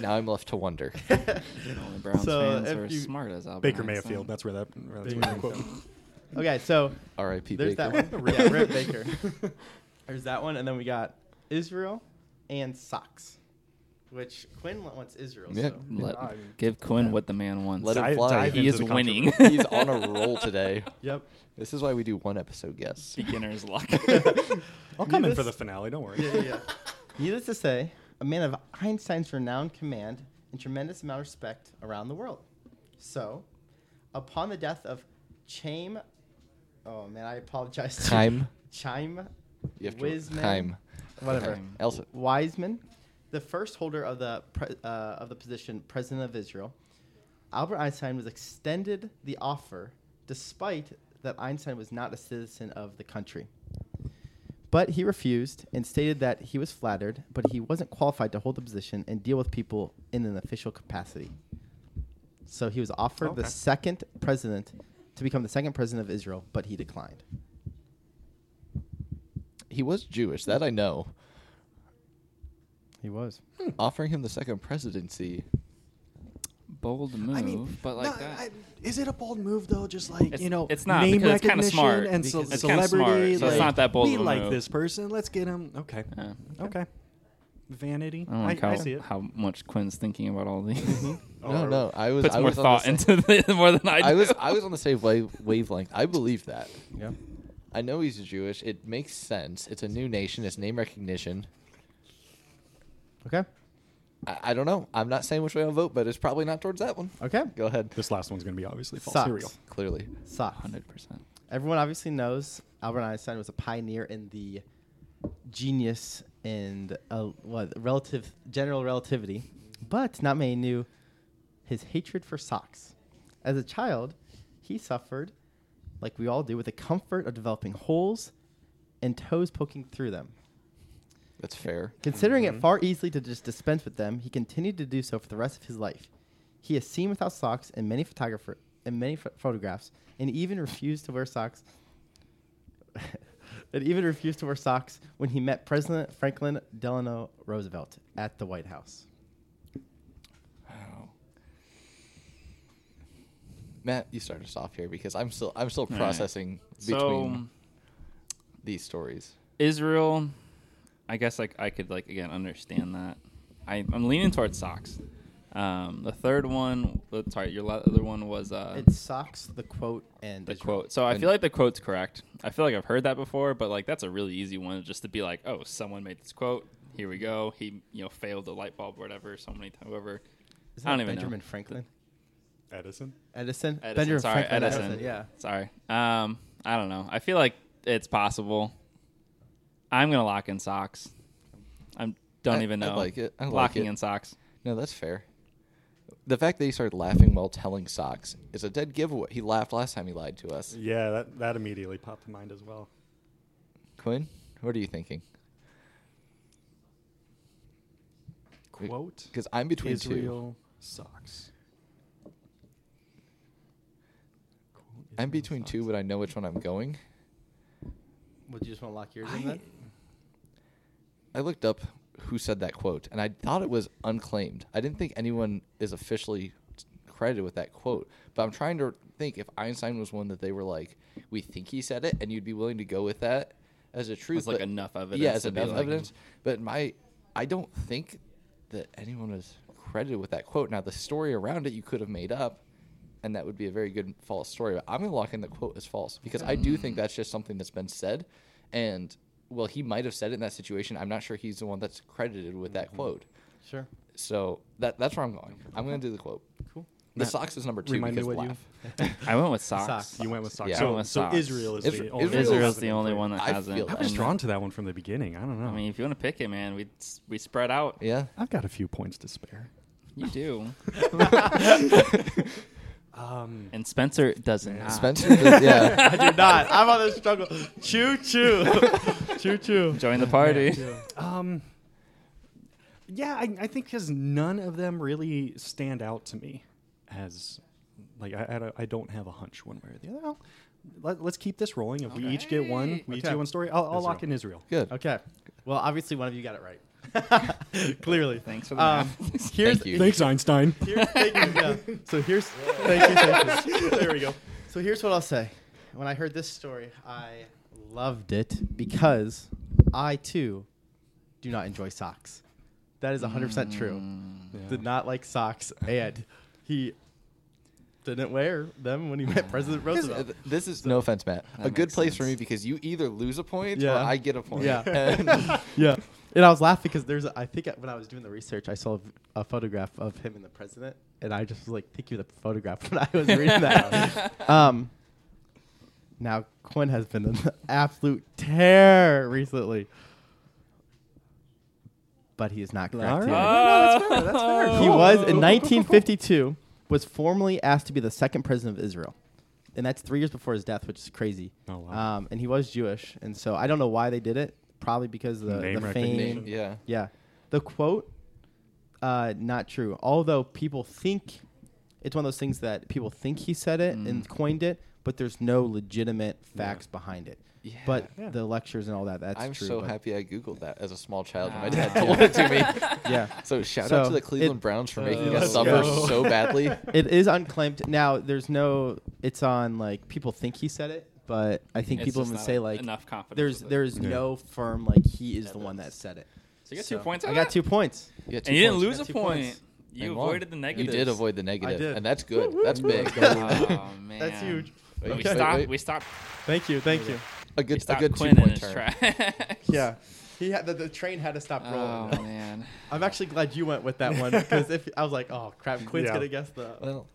now I'm left to wonder.
Only Browns
So,
fans
if
are
you-
as smart as Albert.
Baker
Einstein.
Mayfield. That's where that. That's
Baker
where that quote.
okay, so
R.I.P.
there's
Baker.
that one. yeah, Rip Baker. There's that one, and then we got Israel and socks, which Quinn wants Israel.
Yeah.
So.
Let,
Yeah, I mean-
give Quinn what the man wants.
Let him
Dive-
fly.
dive
he
into
is
the
winning.
He's on a roll today.
Yep.
This is why we do one episode guess.
Beginner's luck.
I'll come in
Needless-
for the finale. Don't worry.
yeah, yeah, yeah. Needless to say, a man of Einstein's renowned command and tremendous amount of respect around the world. So, upon the death of Chaim, oh man, I apologize. to-
Chaim.
Chaim,
You have to-
Wiseman,
Chaim.
whatever.
Chaim.
Elsa.
Wiseman, the first holder of the pre- uh, of the position president of Israel, Albert Einstein was extended the offer, despite that Einstein was not a citizen of the country. But he refused and stated that he was flattered, but he wasn't qualified to hold the position and deal with people in an official capacity. So he was offered
Okay.
the second president to become the second president of Israel, but he declined.
He was Jewish. That I know.
He was.
Offering him the second presidency.
Bold move, but like
no,
that.
I- is it a bold move though? Just like
It's-
you know,
it's not,
name
because it's kinda
recognition
smart,
and ce-
because it's kinda
celebrity.
smart, so
like,
it's not that bold
We
of a
like
move.
this person. Let's get him. Okay,
Yeah.
okay. Vanity.
I don't
I,
like how,
I see it.
how much Quinn's thinking about all these.
No,
Or-
no. I was.
Oh, Puts
I
more
was on the
thought
same-
into this more than I do.
I was. I was on the same wave, wavelength. I believe that.
Yeah.
I know he's Jewish. It makes sense. It's a new nation. It's name recognition.
Okay.
I, I don't know. I'm not saying which way I'll vote, but it's probably not towards that one.
Okay.
Go ahead.
This last one's gonna be obviously false. Here we go.
Socks.
Clearly.
Socks.
100%.
Everyone obviously knows Albert Einstein was a pioneer in the genius and uh, what relative general relativity, but not many knew his hatred for socks. As a child, he suffered, like we all do, with the comfort of developing holes and toes poking through them.
That's fair.
Considering
Mm-hmm.
it far easily to just dispense with them, he continued to do so for the rest of his life. He is seen without socks in many photographer in many ph photographs, and even refused to wear socks. and even refused to wear socks when he met President Franklin Delano Roosevelt at the White House.
Wow.
Matt, you start us off here because I'm still I'm still
right.
processing
So
between these stories.
Israel, I guess like I could like again understand that. I, I'm leaning towards socks. Um, the third one, uh, sorry, your la- other one was uh,
It's socks, the quote, and
the
Israel.
quote. So I
And-
feel like the quote's correct. I feel like I've heard that before, but like that's a really easy one just to be like, oh, someone made this quote. Here we go. He you know failed the light bulb, or whatever. So many times, whoever.
Is
I don't even
Benjamin
know.
Franklin?
Edison.
Edison?
Edison,
Benjamin
sorry,
Franklin
Edison.
Yeah.
Sorry. Um, I don't know. I feel like it's possible. I'm gonna lock in socks. I don't
I-
even
I
know.
like it. I like
Locking
it.
in socks.
No, that's fair. The fact that he started laughing while telling socks is a dead giveaway. He laughed last time he lied to us.
Yeah, that, that immediately popped to mind as well.
Quinn, what are you thinking?
Quote
Because I'm between two.
Israel socks. Quote,
I'm
Israel
between
socks.
two, but I know which one I'm going.
Would you just want to lock yours in
I-
then?
I looked up who said that quote, and I thought it was unclaimed. I didn't think anyone is officially credited with that quote, but I'm trying to think if Einstein was one that they were like, we think he said it, and you'd be willing to go with that as a truth.
like
but-
enough
Yeah,
evidence
as
to be
enough
like-
evidence. But my, I don't think that anyone was credited with that quote. Now the story around it you could have made up. And that would be a very good false story. But I'm gonna lock in the quote as false because I do
Mm.
think that's just something that's been said. And well, he might have said it in that situation. I'm not sure he's the one that's credited with that
Mm-hmm.
quote.
Sure.
So that that's where I'm going. I'm gonna do the quote.
Cool.
The socks is number two
remind me
because
what you-
laugh.
I went with socks.
Socks.
You went with socks.
Yeah. I
So,
went with
so
socks.
Israel is the
Isra-
only.
Israel's
Israel's Oh, the
one
only
for-
one that
I
hasn't.
feel-
I was
and-
drawn to that one from the beginning. I don't know.
I mean, if you want to pick it, man, we we spread out.
Yeah.
I've got a few points to spare.
You do.
Um,
And Spencer doesn't.
Ah.
Spencer. did- yeah.
I do not. I'm on the struggle. Choo choo. choo choo.
Join the party.
um, yeah, I, I think because none of them really stand out to me as like I, I, don't- I don't have a hunch one way or the other. Well, Let, let's keep this rolling. If we each get one, we each
Okay.
get one story. I'll, I'll lock Israel. in Israel.
Good.
Okay. Well, obviously one of you got it right. Clearly.
Thanks for the
Um, here's,
Thank you.
Thanks, Einstein.
here's- thank you, yeah. So here's thank you, thank you. There we go. So here's what I'll say. When I heard this story, I loved it because I too do not enjoy socks. That is 100% true.
Mm.
Did not like socks and he didn't wear them when he met President
Uh,
Roosevelt.
th- This is no offense, Matt. a
That
good
makes
place for me
sense.
because you either lose a point or
Yeah.
I get a point.
Yeah.
And-
yeah. And I was laughing because there's, a, I think uh, when I was doing the research, I saw a, a photograph of him and the president, and I just was like, "Thank you, the photograph." When I was reading that, um, now Quinn has been an absolute terror recently, but he is not correct.
All
here.
right.
He was in 1952 was formally asked to be the second president of Israel, and that's three years before his death, which is crazy.
Oh, wow.
Um, and he was Jewish, and so I don't know why they did it. Probably because of the,
Name
the
recognition.
fame.
yeah.
Yeah. The quote, uh, not true. Although people think it's one of those things that people think he said it
Mm.
and coined it, but there's no legitimate facts behind it.
Yeah.
But
Yeah.
the lectures and all that, that's
I'm
true.
so
but-
happy I Googled that as a small child and my
Yeah.
dad told it to me.
Yeah.
So shout
So,
out to the
it- Uh,
Cleveland Browns for making
Let's
us suffer
go.
so badly.
It is unclaimed. Now, there's no, it's on like people think he said it, but I think
It's
people
just
even
not
say like,
enough confidence
there's,
with it.
there's
Yeah.
no firm like he is the one that said it.
So you got two points.
I
on
got
that?
two points.
Yeah, two
And you didn't
points.
lose a
Two
point.
points.
You
And one.
avoided the negative.
You did avoid the negative,
did.
and that's good. That's big.
Oh man,
That's huge.
Wait,
We
wait,
stopped.
wait.
We stopped.
Thank you. Thank you.
A
We
good, a
stopped
good two
Quinn in
point
his
turn.
tracks.
Yeah. He had, the, the train had to stop
Oh
rolling.
man.
I'm actually glad you went with that one because if I was like, oh crap, Quinn's
Yeah.
gonna guess the.
Well,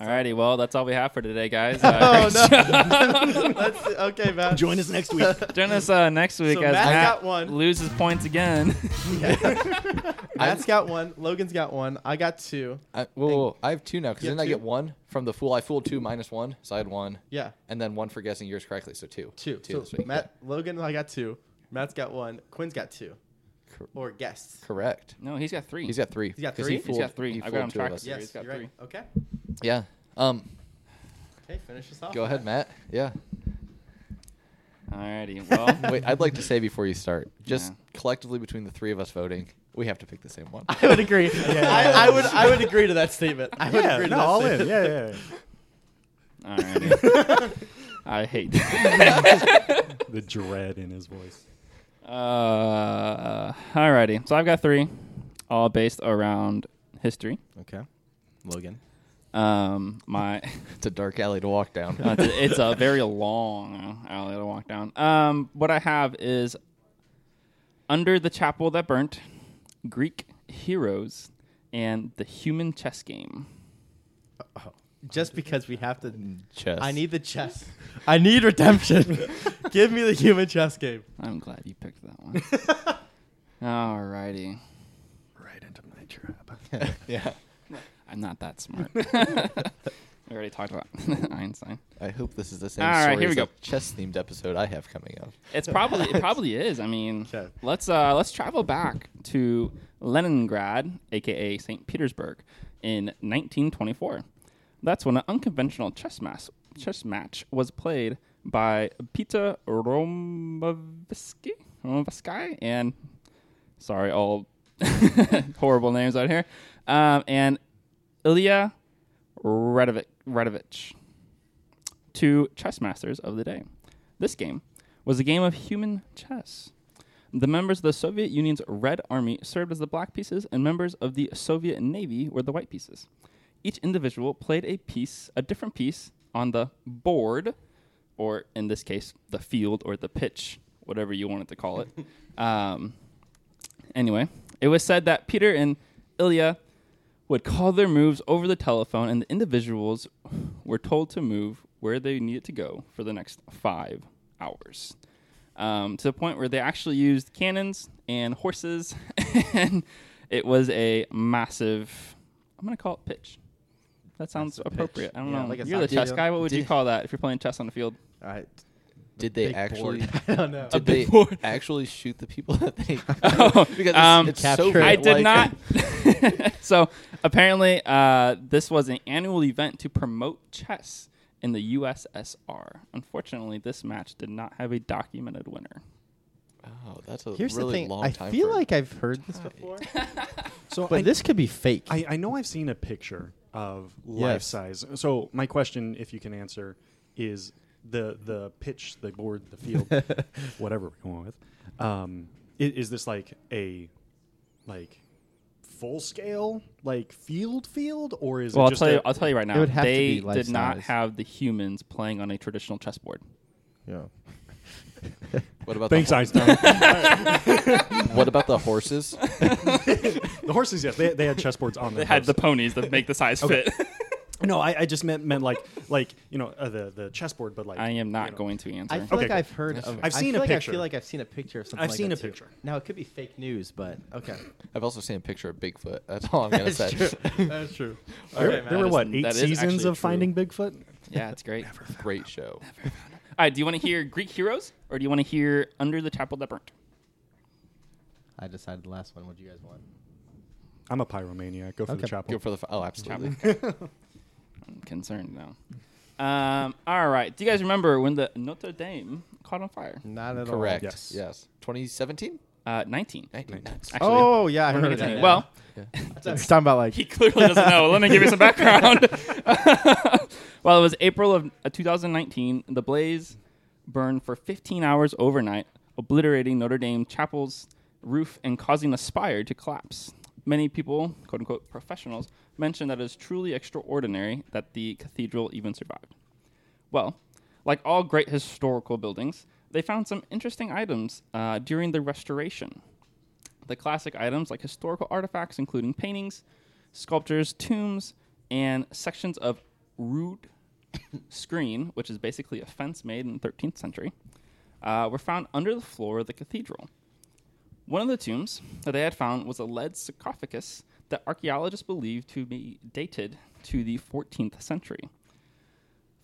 Alrighty, well that's all we have for today, guys.
Oh
Uh,
no! That's, okay, Matt.
Join us next week.
Join us uh, next week
So
as
Matt
Matt
got one.
loses points again.
Matt's got one. Logan's got one. I got two.
I, whoa, whoa, whoa. I have two now because
You have
didn't I get
two?
one from the fool? I fooled two minus one, so I had one,
Yeah,
and then one for guessing yours correctly, so two.
two.
Two
So
this week.
Matt, Logan, and I got two. Matt's got one. Quinn's got two.
Cor-
Or guessed.
Correct.
no, he's got three.
He's got three.
got
'cause
three?
He
He's
fooled,
got three.
He
I've got
fooled
him
two of
tracked.
us.
Yeah.
Yes,
he's got
you're right.
three.
Okay.
Yeah. Um,
Okay, finish this off.
Go ahead, Matt. Yeah.
Alrighty. Well,
Wait, I'd like to say before you start, just
Yeah.
collectively between the three of us voting, we have to pick the same one.
I would agree. I, I would. I would agree to that statement. I would
yeah,
agree to
no,
that
all in.
statement.
Yeah, yeah, yeah.
alrighty. I hate.
the dread in his voice.
Uh, alrighty. So I've got three, all based around history.
Okay, Logan.
Um, my
it's a dark alley to walk down.
No, it's, a, it's a very long alley to walk down. Um, what I have is under the chapel that burnt, Greek heroes, and the human chess game.
Just because we have to.
Chess.
I need the chess. I need redemption. Give me the human chess game.
I'm glad you picked that one. Alrighty,
Right into my trap.
Yeah.
I'm not that smart. we already talked about Einstein.
I hope this is the same
All right,
story
here we
as
go.
the chess themed episode I have coming up.
It's probably it probably is. I mean,
Okay.
let's uh, let's travel back to Leningrad, aka St. Petersburg, in 1924. That's when an unconventional chess mass, chess match was played by Peter Romovsky, Romovsky, and sorry, all horrible names out here, um, and Ilya Radovi- Radovich to chess masters of the day. This game was a game of human chess. The members of the Soviet Union's Red Army served as the black pieces, and members of the Soviet Navy were the white pieces. Each individual played a piece, a different piece, on the board, or in this case, the field or the pitch, whatever you wanted to call it. um, anyway, it was said that Peter and Ilya would call their moves over the telephone, and the individuals were told to move where they needed to go for the next five hours. Um, to the point where they actually used cannons and horses, and it was a massive. I'm gonna call it pitch. That sounds
Massive pitch.
appropriate. I don't
Yeah,
know.
like a
You're the
soccer
chess
field.
guy. What would you
Did-
call that if you're playing chess on the field?
All right.
Did they
Big
actually
board. I don't know.
did
big
they
board.
actually shoot the people that they
Oh,
because it's,
um,
it's
Capture.
Soviet,
I did
like-
not. so apparently, uh, this was an annual event to promote chess in the USSR. Unfortunately, this match did not have a documented winner.
Oh, that's a
Here's
really
the thing.
long
I
time.
feel
for-
like I've heard this before,
So
but
I,
this could be fake.
I, I know I've seen a picture of
Yes.
life size. So my question, if you can answer, is the the pitch, the board, the field, whatever we're going with. Um, i- is, this like a like full scale like field field or is
Well,
it
I'll
just
tell you.
a-
I'll tell you right now.
would have to
they
be life
did not
size.
have the humans playing on a traditional chessboard.
yeah.
what about
Thanks,
the,
Einstein.
hor- what about the horses?
the horses, yes, they, they had chessboards on
They
their
had
horse.
the ponies that make the size fit.
No, I, I just meant meant like like you know uh, the the chessboard, but like
I am not
you know.
going to answer.
I feel
Okay,
like
good.
I've heard of.
I've
I
seen
feel
a
like
picture.
I feel like I've seen a picture of something.
I've
like
seen
that
a
too.
picture.
Now it could be fake news, but okay.
I've also seen a picture of Bigfoot. That's all I'm gonna say.
That's true.
There,
Okay,
there
Matt.
were what
That is-
eight
that is
seasons
actually
of
true.
Finding Bigfoot.
yeah, it's great. All
Great show.
right, do you want to hear Greek heroes or do you want to hear Under the Chapel That Burnt?
I decided the last one. What do you guys want?
I'm a pyromaniac. Go for the
Okay.
chapel.
Go for the f- oh, absolutely.
I'm concerned now. Um, all right. Do you guys remember when the Notre Dame caught on fire?
Not at
Correct.
Yes.
Yes. 2017.
Uh, 19.
Nice.
Actually,
Oh yeah, I
we're
heard
gonna
that.
do-
now.
Well,
it's talking about like
he clearly doesn't know. Let me give you some background. well, it was April of uh, 2019. The blaze burned for 15 hours overnight, obliterating Notre Dame Chapel's roof and causing a spire to collapse. Many people, quote unquote professionals, mentioned that it is truly extraordinary that the cathedral even survived. Well, like all great historical buildings, they found some interesting items uh, during the restoration. The classic items like historical artifacts, including paintings, sculptures, tombs, and sections of rude screen, which is basically a fence made in the 13th century, uh, were found under the floor of the cathedral. One of the tombs that they had found was a lead sarcophagus that archaeologists believe to be dated to the 14th century.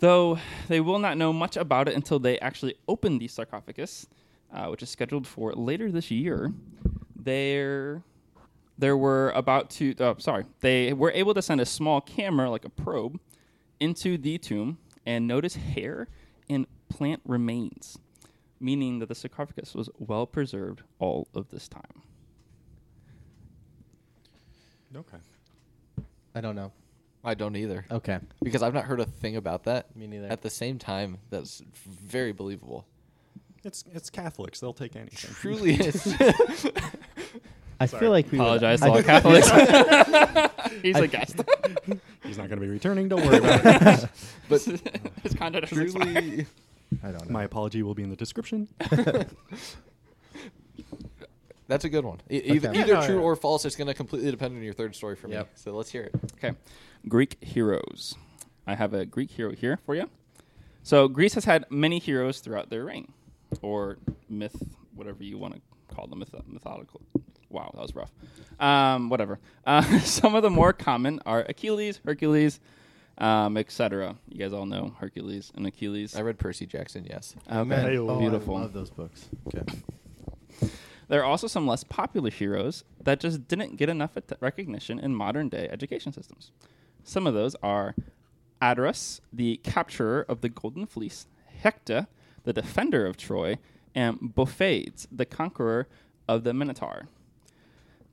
Though they will not know much about it until they actually open the sarcophagus, uh, which is scheduled for later this year, there there were about to uh, oh, sorry they were able to send a small camera like a probe into the tomb and notice hair and plant remains, meaning that the sarcophagus was well preserved all of this time.
Okay.
I don't know.
I don't either.
Okay.
Because I've not heard a thing about that.
Me neither.
At the same time, that's very believable.
It's it's Catholics. They'll take anything.
Truly is.
I
Sorry.
feel like we
Apologize to
I-
all Catholics. He's
I-
a guest.
He's not going to be returning. Don't worry about it.
But
His contract is expired.
truly,
I don't know.
My apology will be in the description.
that's a good one. E- Either,
Okay.
either
Yeah, no,
true
yeah.
or false, it's going to completely depend on your third story for me.
Yep.
So let's hear it.
Okay. Greek heroes. I have a Greek hero here for you. So Greece has had many heroes throughout their reign, or myth, whatever you want to call them, myth- mythological. Wow, that was rough. Um, whatever. Uh, some of the more common are Achilles, Hercules, um, etc. You guys all know Hercules and Achilles.
I read Percy Jackson, yes.
Okay.
Hey,
Oh,
Beautiful.
I love those books.
Okay.
There are also some less popular heroes that just didn't get enough at- recognition in modern day education systems. Some of those are Adarus, the capturer of the Golden Fleece, Hector, the defender of Troy, and Bophades, the conqueror of the Minotaur.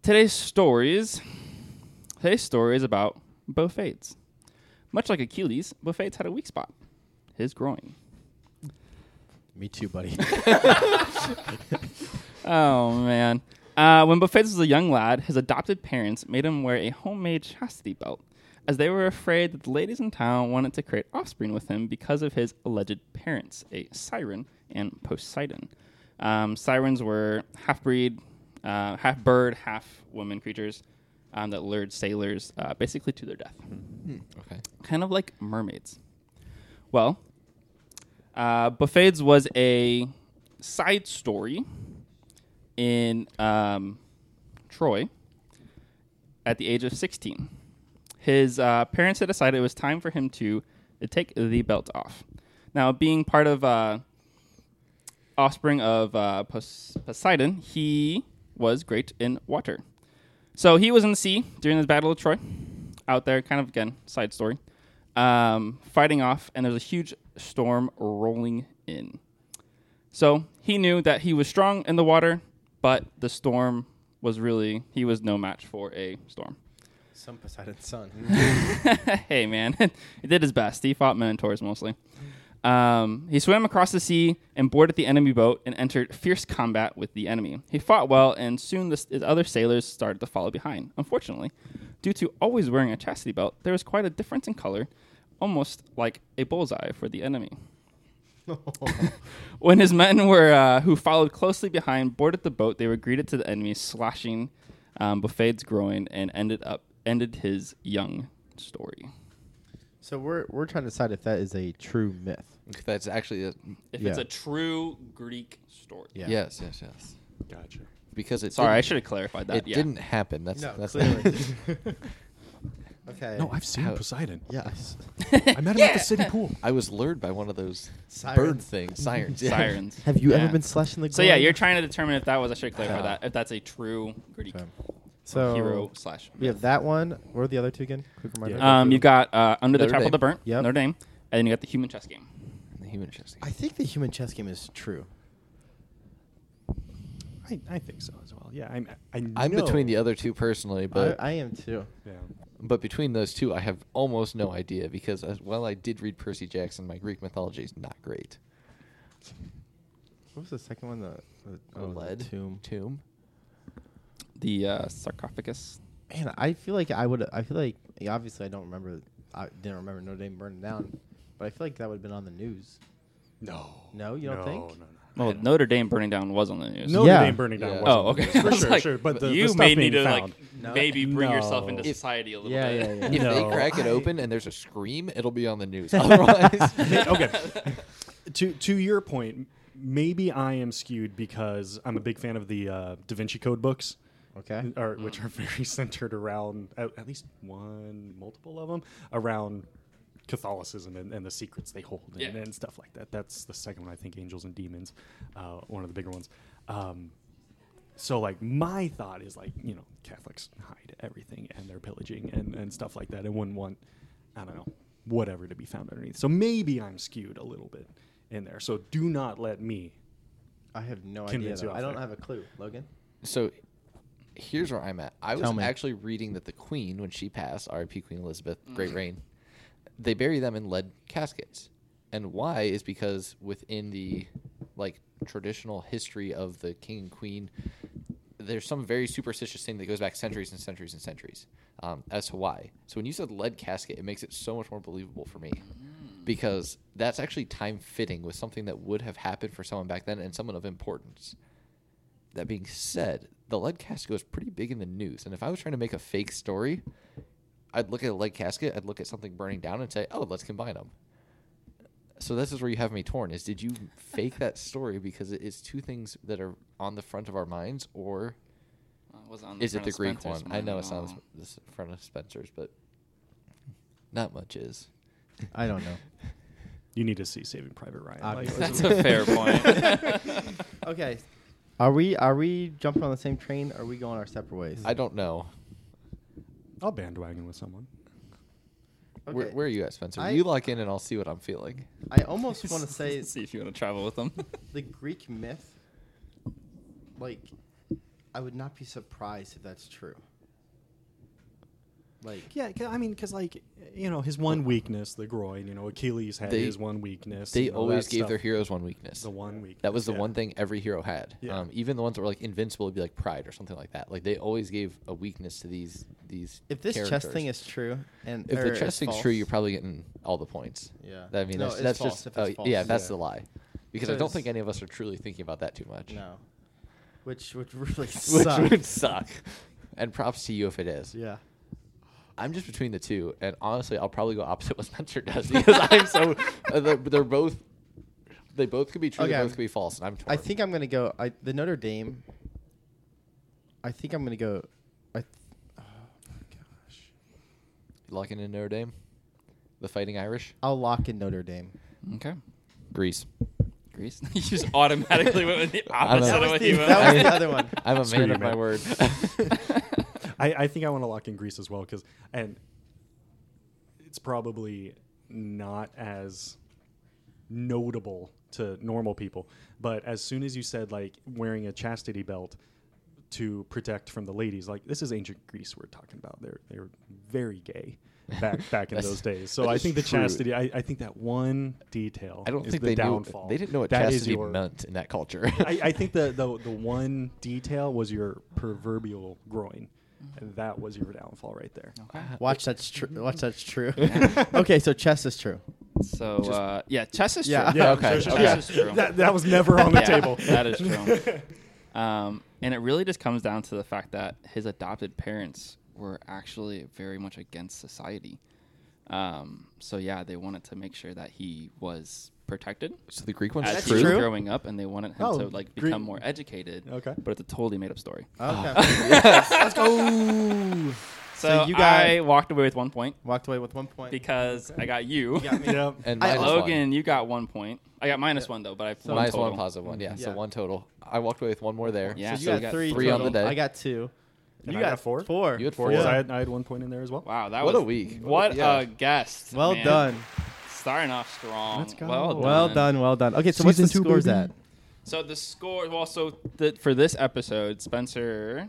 Today's stories today's story is about Bophades. Much like Achilles, Bophades had a weak spot, his groin.
Me too, buddy.
Oh man. Uh, when Buffets was a young lad, his adopted parents made him wear a homemade chastity belt, as they were afraid that the ladies in town wanted to create offspring with him because of his alleged parents, a siren and Poseidon. Um, sirens were half breed, uh, half bird, half woman creatures um, that lured sailors uh, basically to their death
Okay.
kind of like mermaids. Well, uh, Buffades was a side story in um, Troy at the age of 16. His uh, parents had decided it was time for him to, to take the belt off. Now, being part of uh, offspring of uh, Pos- Poseidon, he was great in water. So he was in the sea during the Battle of Troy, out there, kind of again, side story, um, fighting off, and there's a huge storm rolling in. So he knew that he was strong in the water, but the storm was really, he was no match for a storm.
Some Poseidon's son.
hey, man, he did his best. He fought Minotaurs mostly. Um, he swam across the sea and boarded the enemy boat and entered fierce combat with the enemy. He fought well, and soon the, his other sailors started to follow behind. Unfortunately, due to always wearing a chastity belt, there was quite a difference in color, almost like a bullseye for the enemy. When his men were uh, who followed closely behind boarded the boat, they were greeted to the enemy, slashing um, Buffet's groin and ended up ended his young story.
so we're we're trying to decide if that is a true myth.
That's actually a,
If
Yeah.
it's a true Greek story.
Yeah.
yes, yes, yes.
Gotcha.
Because it
Sorry, I
didn't-
should have clarified that.
It
yeah.
didn't happen. That's that's
okay.
No, I've seen
How-
Poseidon.
yes.
I met him at the city pool.
I was lured by one of those bird
Sirens.
things, sirens. yeah.
Sirens.
Have you
Yeah.
ever been slashed in the?
So yeah,
groin?
you're trying to determine if that was I should clarify
Ah.
that if that's a true Greek
Okay. So
hero slash.
we have that one. What are the other two again? Quick reminder.
Yeah.
Um, you got uh, under the
Notre
chapel
Dame.
of the burnt.
Yep.
Notre Dame, and then you got the human chess game.
The human chest.
I think the human chess game is true.
I, I think so as well. Yeah, I'm. I
I'm between
know-
the other two personally, but
I, I am too.
Yeah.
but between those two, I have almost no idea because as well, I did read Percy Jackson. My Greek mythology is not great.
What was the second one? The, the, oh, the
lead
tomb.
tomb.
The uh, sarcophagus.
Man, I feel like I would. I feel like yeah, obviously I don't remember. I didn't remember Notre Dame burning down, but I feel like that would have been on the news.
No.
No, you don't
no,
think?
No,
Well, Notre Dame burning down was on the news.
no. Notre
Yeah.
Dame burning down.
Yeah.
wasn't
Oh,
on the
okay.
list,
I
For
was
sure,
like,
sure. But the,
you
the stuff
may need
being
to
found.
like maybe bring yourself into
No. If-
society a little
Yeah,
bit.
yeah, yeah.
If
No,
they crack it
I-
open and there's a scream, it'll be on the news. Otherwise,
okay. To to your point, maybe I am skewed because I'm a big fan of the uh, Da Vinci Code books.
Okay.
Hmm.
Or, which are very centered around at, at least one, multiple of them around Catholicism and, and the secrets they hold and,
Yeah.
and stuff like that. That's the second one, I think, Angels and Demons, uh, one of the bigger ones. Um, so like my thought is like you know Catholics hide everything and they're pillaging and, and stuff like that and wouldn't want I don't know whatever to be found underneath. So maybe I'm skewed a little bit in there. So do not let me.
I have no idea.
Convince you
though.
off
I don't
there.
have a clue. Logan?
So here's where I'm at. I was
Tell me.
actually reading that the Queen, when she passed, R.I.P. Queen Elizabeth, Great Reign, they bury them in lead caskets. And why is because within the like traditional history of the king and queen, there's some very superstitious thing that goes back centuries and centuries and centuries um, as to why. So when you said lead casket, it makes it so much more believable for me because that's actually time fitting with something that would have happened for someone back then and someone of importance. That being said, the lead casket was pretty big in the news, and if I was trying to make a fake story, I'd look at a lead casket, I'd look at something burning down, and say, "Oh, let's combine them." So this is where you have me torn: is did you fake that story because it is two things that are on the front of our minds, or
I was on
is it
front
the
of
Greek
Spencer's
one? I know it's not
no.
the s- front of Spencer's, but not much is.
I don't know.
You need to see Saving Private Ryan. Like,
Obviously.
Uh, That's a fair point.
Okay. Are we are we jumping on the same train? Or are we going our separate ways?
I don't know.
I'll bandwagon with someone.
Where,
Okay.
where are you at, Spencer?
I-
you lock in, and I'll see what I'm feeling.
I almost want to say
see if you want to travel with them.
the Greek myth. Like, I would not be surprised if that's true. Like,
Yeah, 'cause- I mean, because like you know, his one weakness, the groin. You know, Achilles had
They-
his one weakness.
They
you know,
always
that
gave their
stuff.
heroes one weakness.
the one weakness.
That was the
yeah.
one thing every hero had.
Yeah.
Um, even the ones that were like invincible would be like pride or something like that. Like they always gave a weakness to these these.
if this chess
characters.
thing is true, and
if
or
the
is
chess thing's true,
false-
you're probably getting all the points.
Yeah.
I mean,
No,
that's,
it's
that's
false
just
if it's
oh,
false.
yeah, that's
Yeah.
the lie. Because I
So
don't
it's-
think any of us are truly thinking about that too much.
no, which would really
which
suck.
would suck. And props to you if it is.
Yeah.
I'm just between the two, and honestly, I'll probably go opposite what Spencer does because I'm so uh, they're, they're both they both could be true,
Okay,
they
I'm-
both could be false, and I'm torn.
I think I'm gonna go. I the Notre Dame. I think I'm gonna go. I. Th- oh my gosh.
locking in Notre Dame, the Fighting Irish,
I'll lock in Notre Dame.
okay.
Greece.
Greece. you just automatically went with the
I don't
opposite
know.
of what
That was
you
the-
went.
that was
with.
the other one.
I'm a
Screw
man
you,
of my
man.
word.
I, I think I want to lock in Greece as well because and it's probably not as notable to normal people, but as soon as you said like wearing a chastity belt to protect from the ladies, like this is ancient Greece we're talking about. They're they were very gay back back in
That's-
those days. So
that
I
is
think the
true.
chastity. I, I think that one detail.
I don't
is
think
the
they
downfall.
knew they didn't know what
That is
chastity
your-
meant in that culture.
I, I think the, the the one detail was your proverbial groin, and that was your downfall right there.
Watch that's true. Watch that's true. okay, so chess is true.
So uh, yeah, chess is
Yeah.
true.
Yeah,
okay,
Chess
okay.
is true.
That, that was never on the
Yeah,
table.
That is true. Um, and it really just comes down to the fact that his adopted parents were actually very much against society. Um, so yeah, they wanted to make sure that he was protected
so the Greek one's
as
That's
he was
true?
growing up, and they wanted him
Oh,
to like
Greek-
become more educated.
Okay.
but it's a totally made up story.
Oh.
Okay.
Let's go. So,
So you
you
got-
guys I walked away with one point
Walked away with one point.
because I got you.
Yeah, me-
Yep.
And
I-
minus
Logan,
one.
you got one point. I got minus one though, but I have one
minus
total.
one positive one. Yeah, so
Yeah.
one total. I walked away with one more there.
Yeah.
so you
so we
got,
got
three.
three on
total.
the day.
I got two.
And
you
I got four?
Four.
You had
Four.
four.
I, had, I had one point in there as well.
Wow, that
What
was
a week. What
What
a- yeah.
a guest.
Well
man.
done.
Starting off strong.
Let's go.
Well done.
Well done. Well done. Okay, so what's the
Season two,
scores
baby.
at?
So the score well so the, for this episode, Spencer,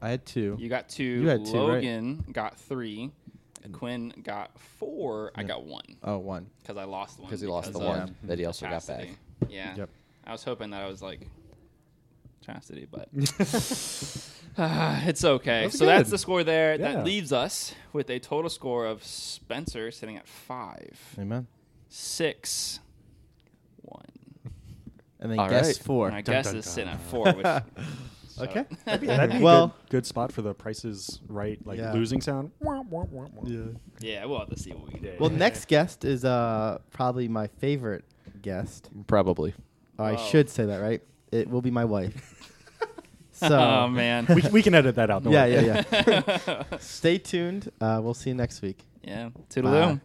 I had two.
you got two,
You had two, right?
Logan got three, Quinn got four, I got one.
Oh, one.
Because I lost one.
because he lost the
because of
one that he also got
Chastity.
back.
Yeah.
Yep.
I was hoping that I was like chastity, but Ah, it's okay.
That's
so that's
good.
the score there.
Yeah.
That leaves us with a total score of Spencer sitting at five,
Amen.
six, one.
And then
All
guess
right.
four.
And I
Dun,
guess
dun,
is
dun.
sitting at four. Which,
Okay.
Yeah, that'd be
Well-
a good, good spot for the prices right, like
Yeah.
losing sound. Wah, wah, wah, wah.
yeah, we'll have to see what we can do.
Well, next guest is uh, probably my favorite guest.
Probably.
I
Wow.
should say that, right? It will be my wife. so,
oh man.
We, we can edit that out. don't
yeah,
worry.
yeah, yeah. Stay tuned. Uh, we'll see you next week.
yeah.
Bye.
Toodaloo.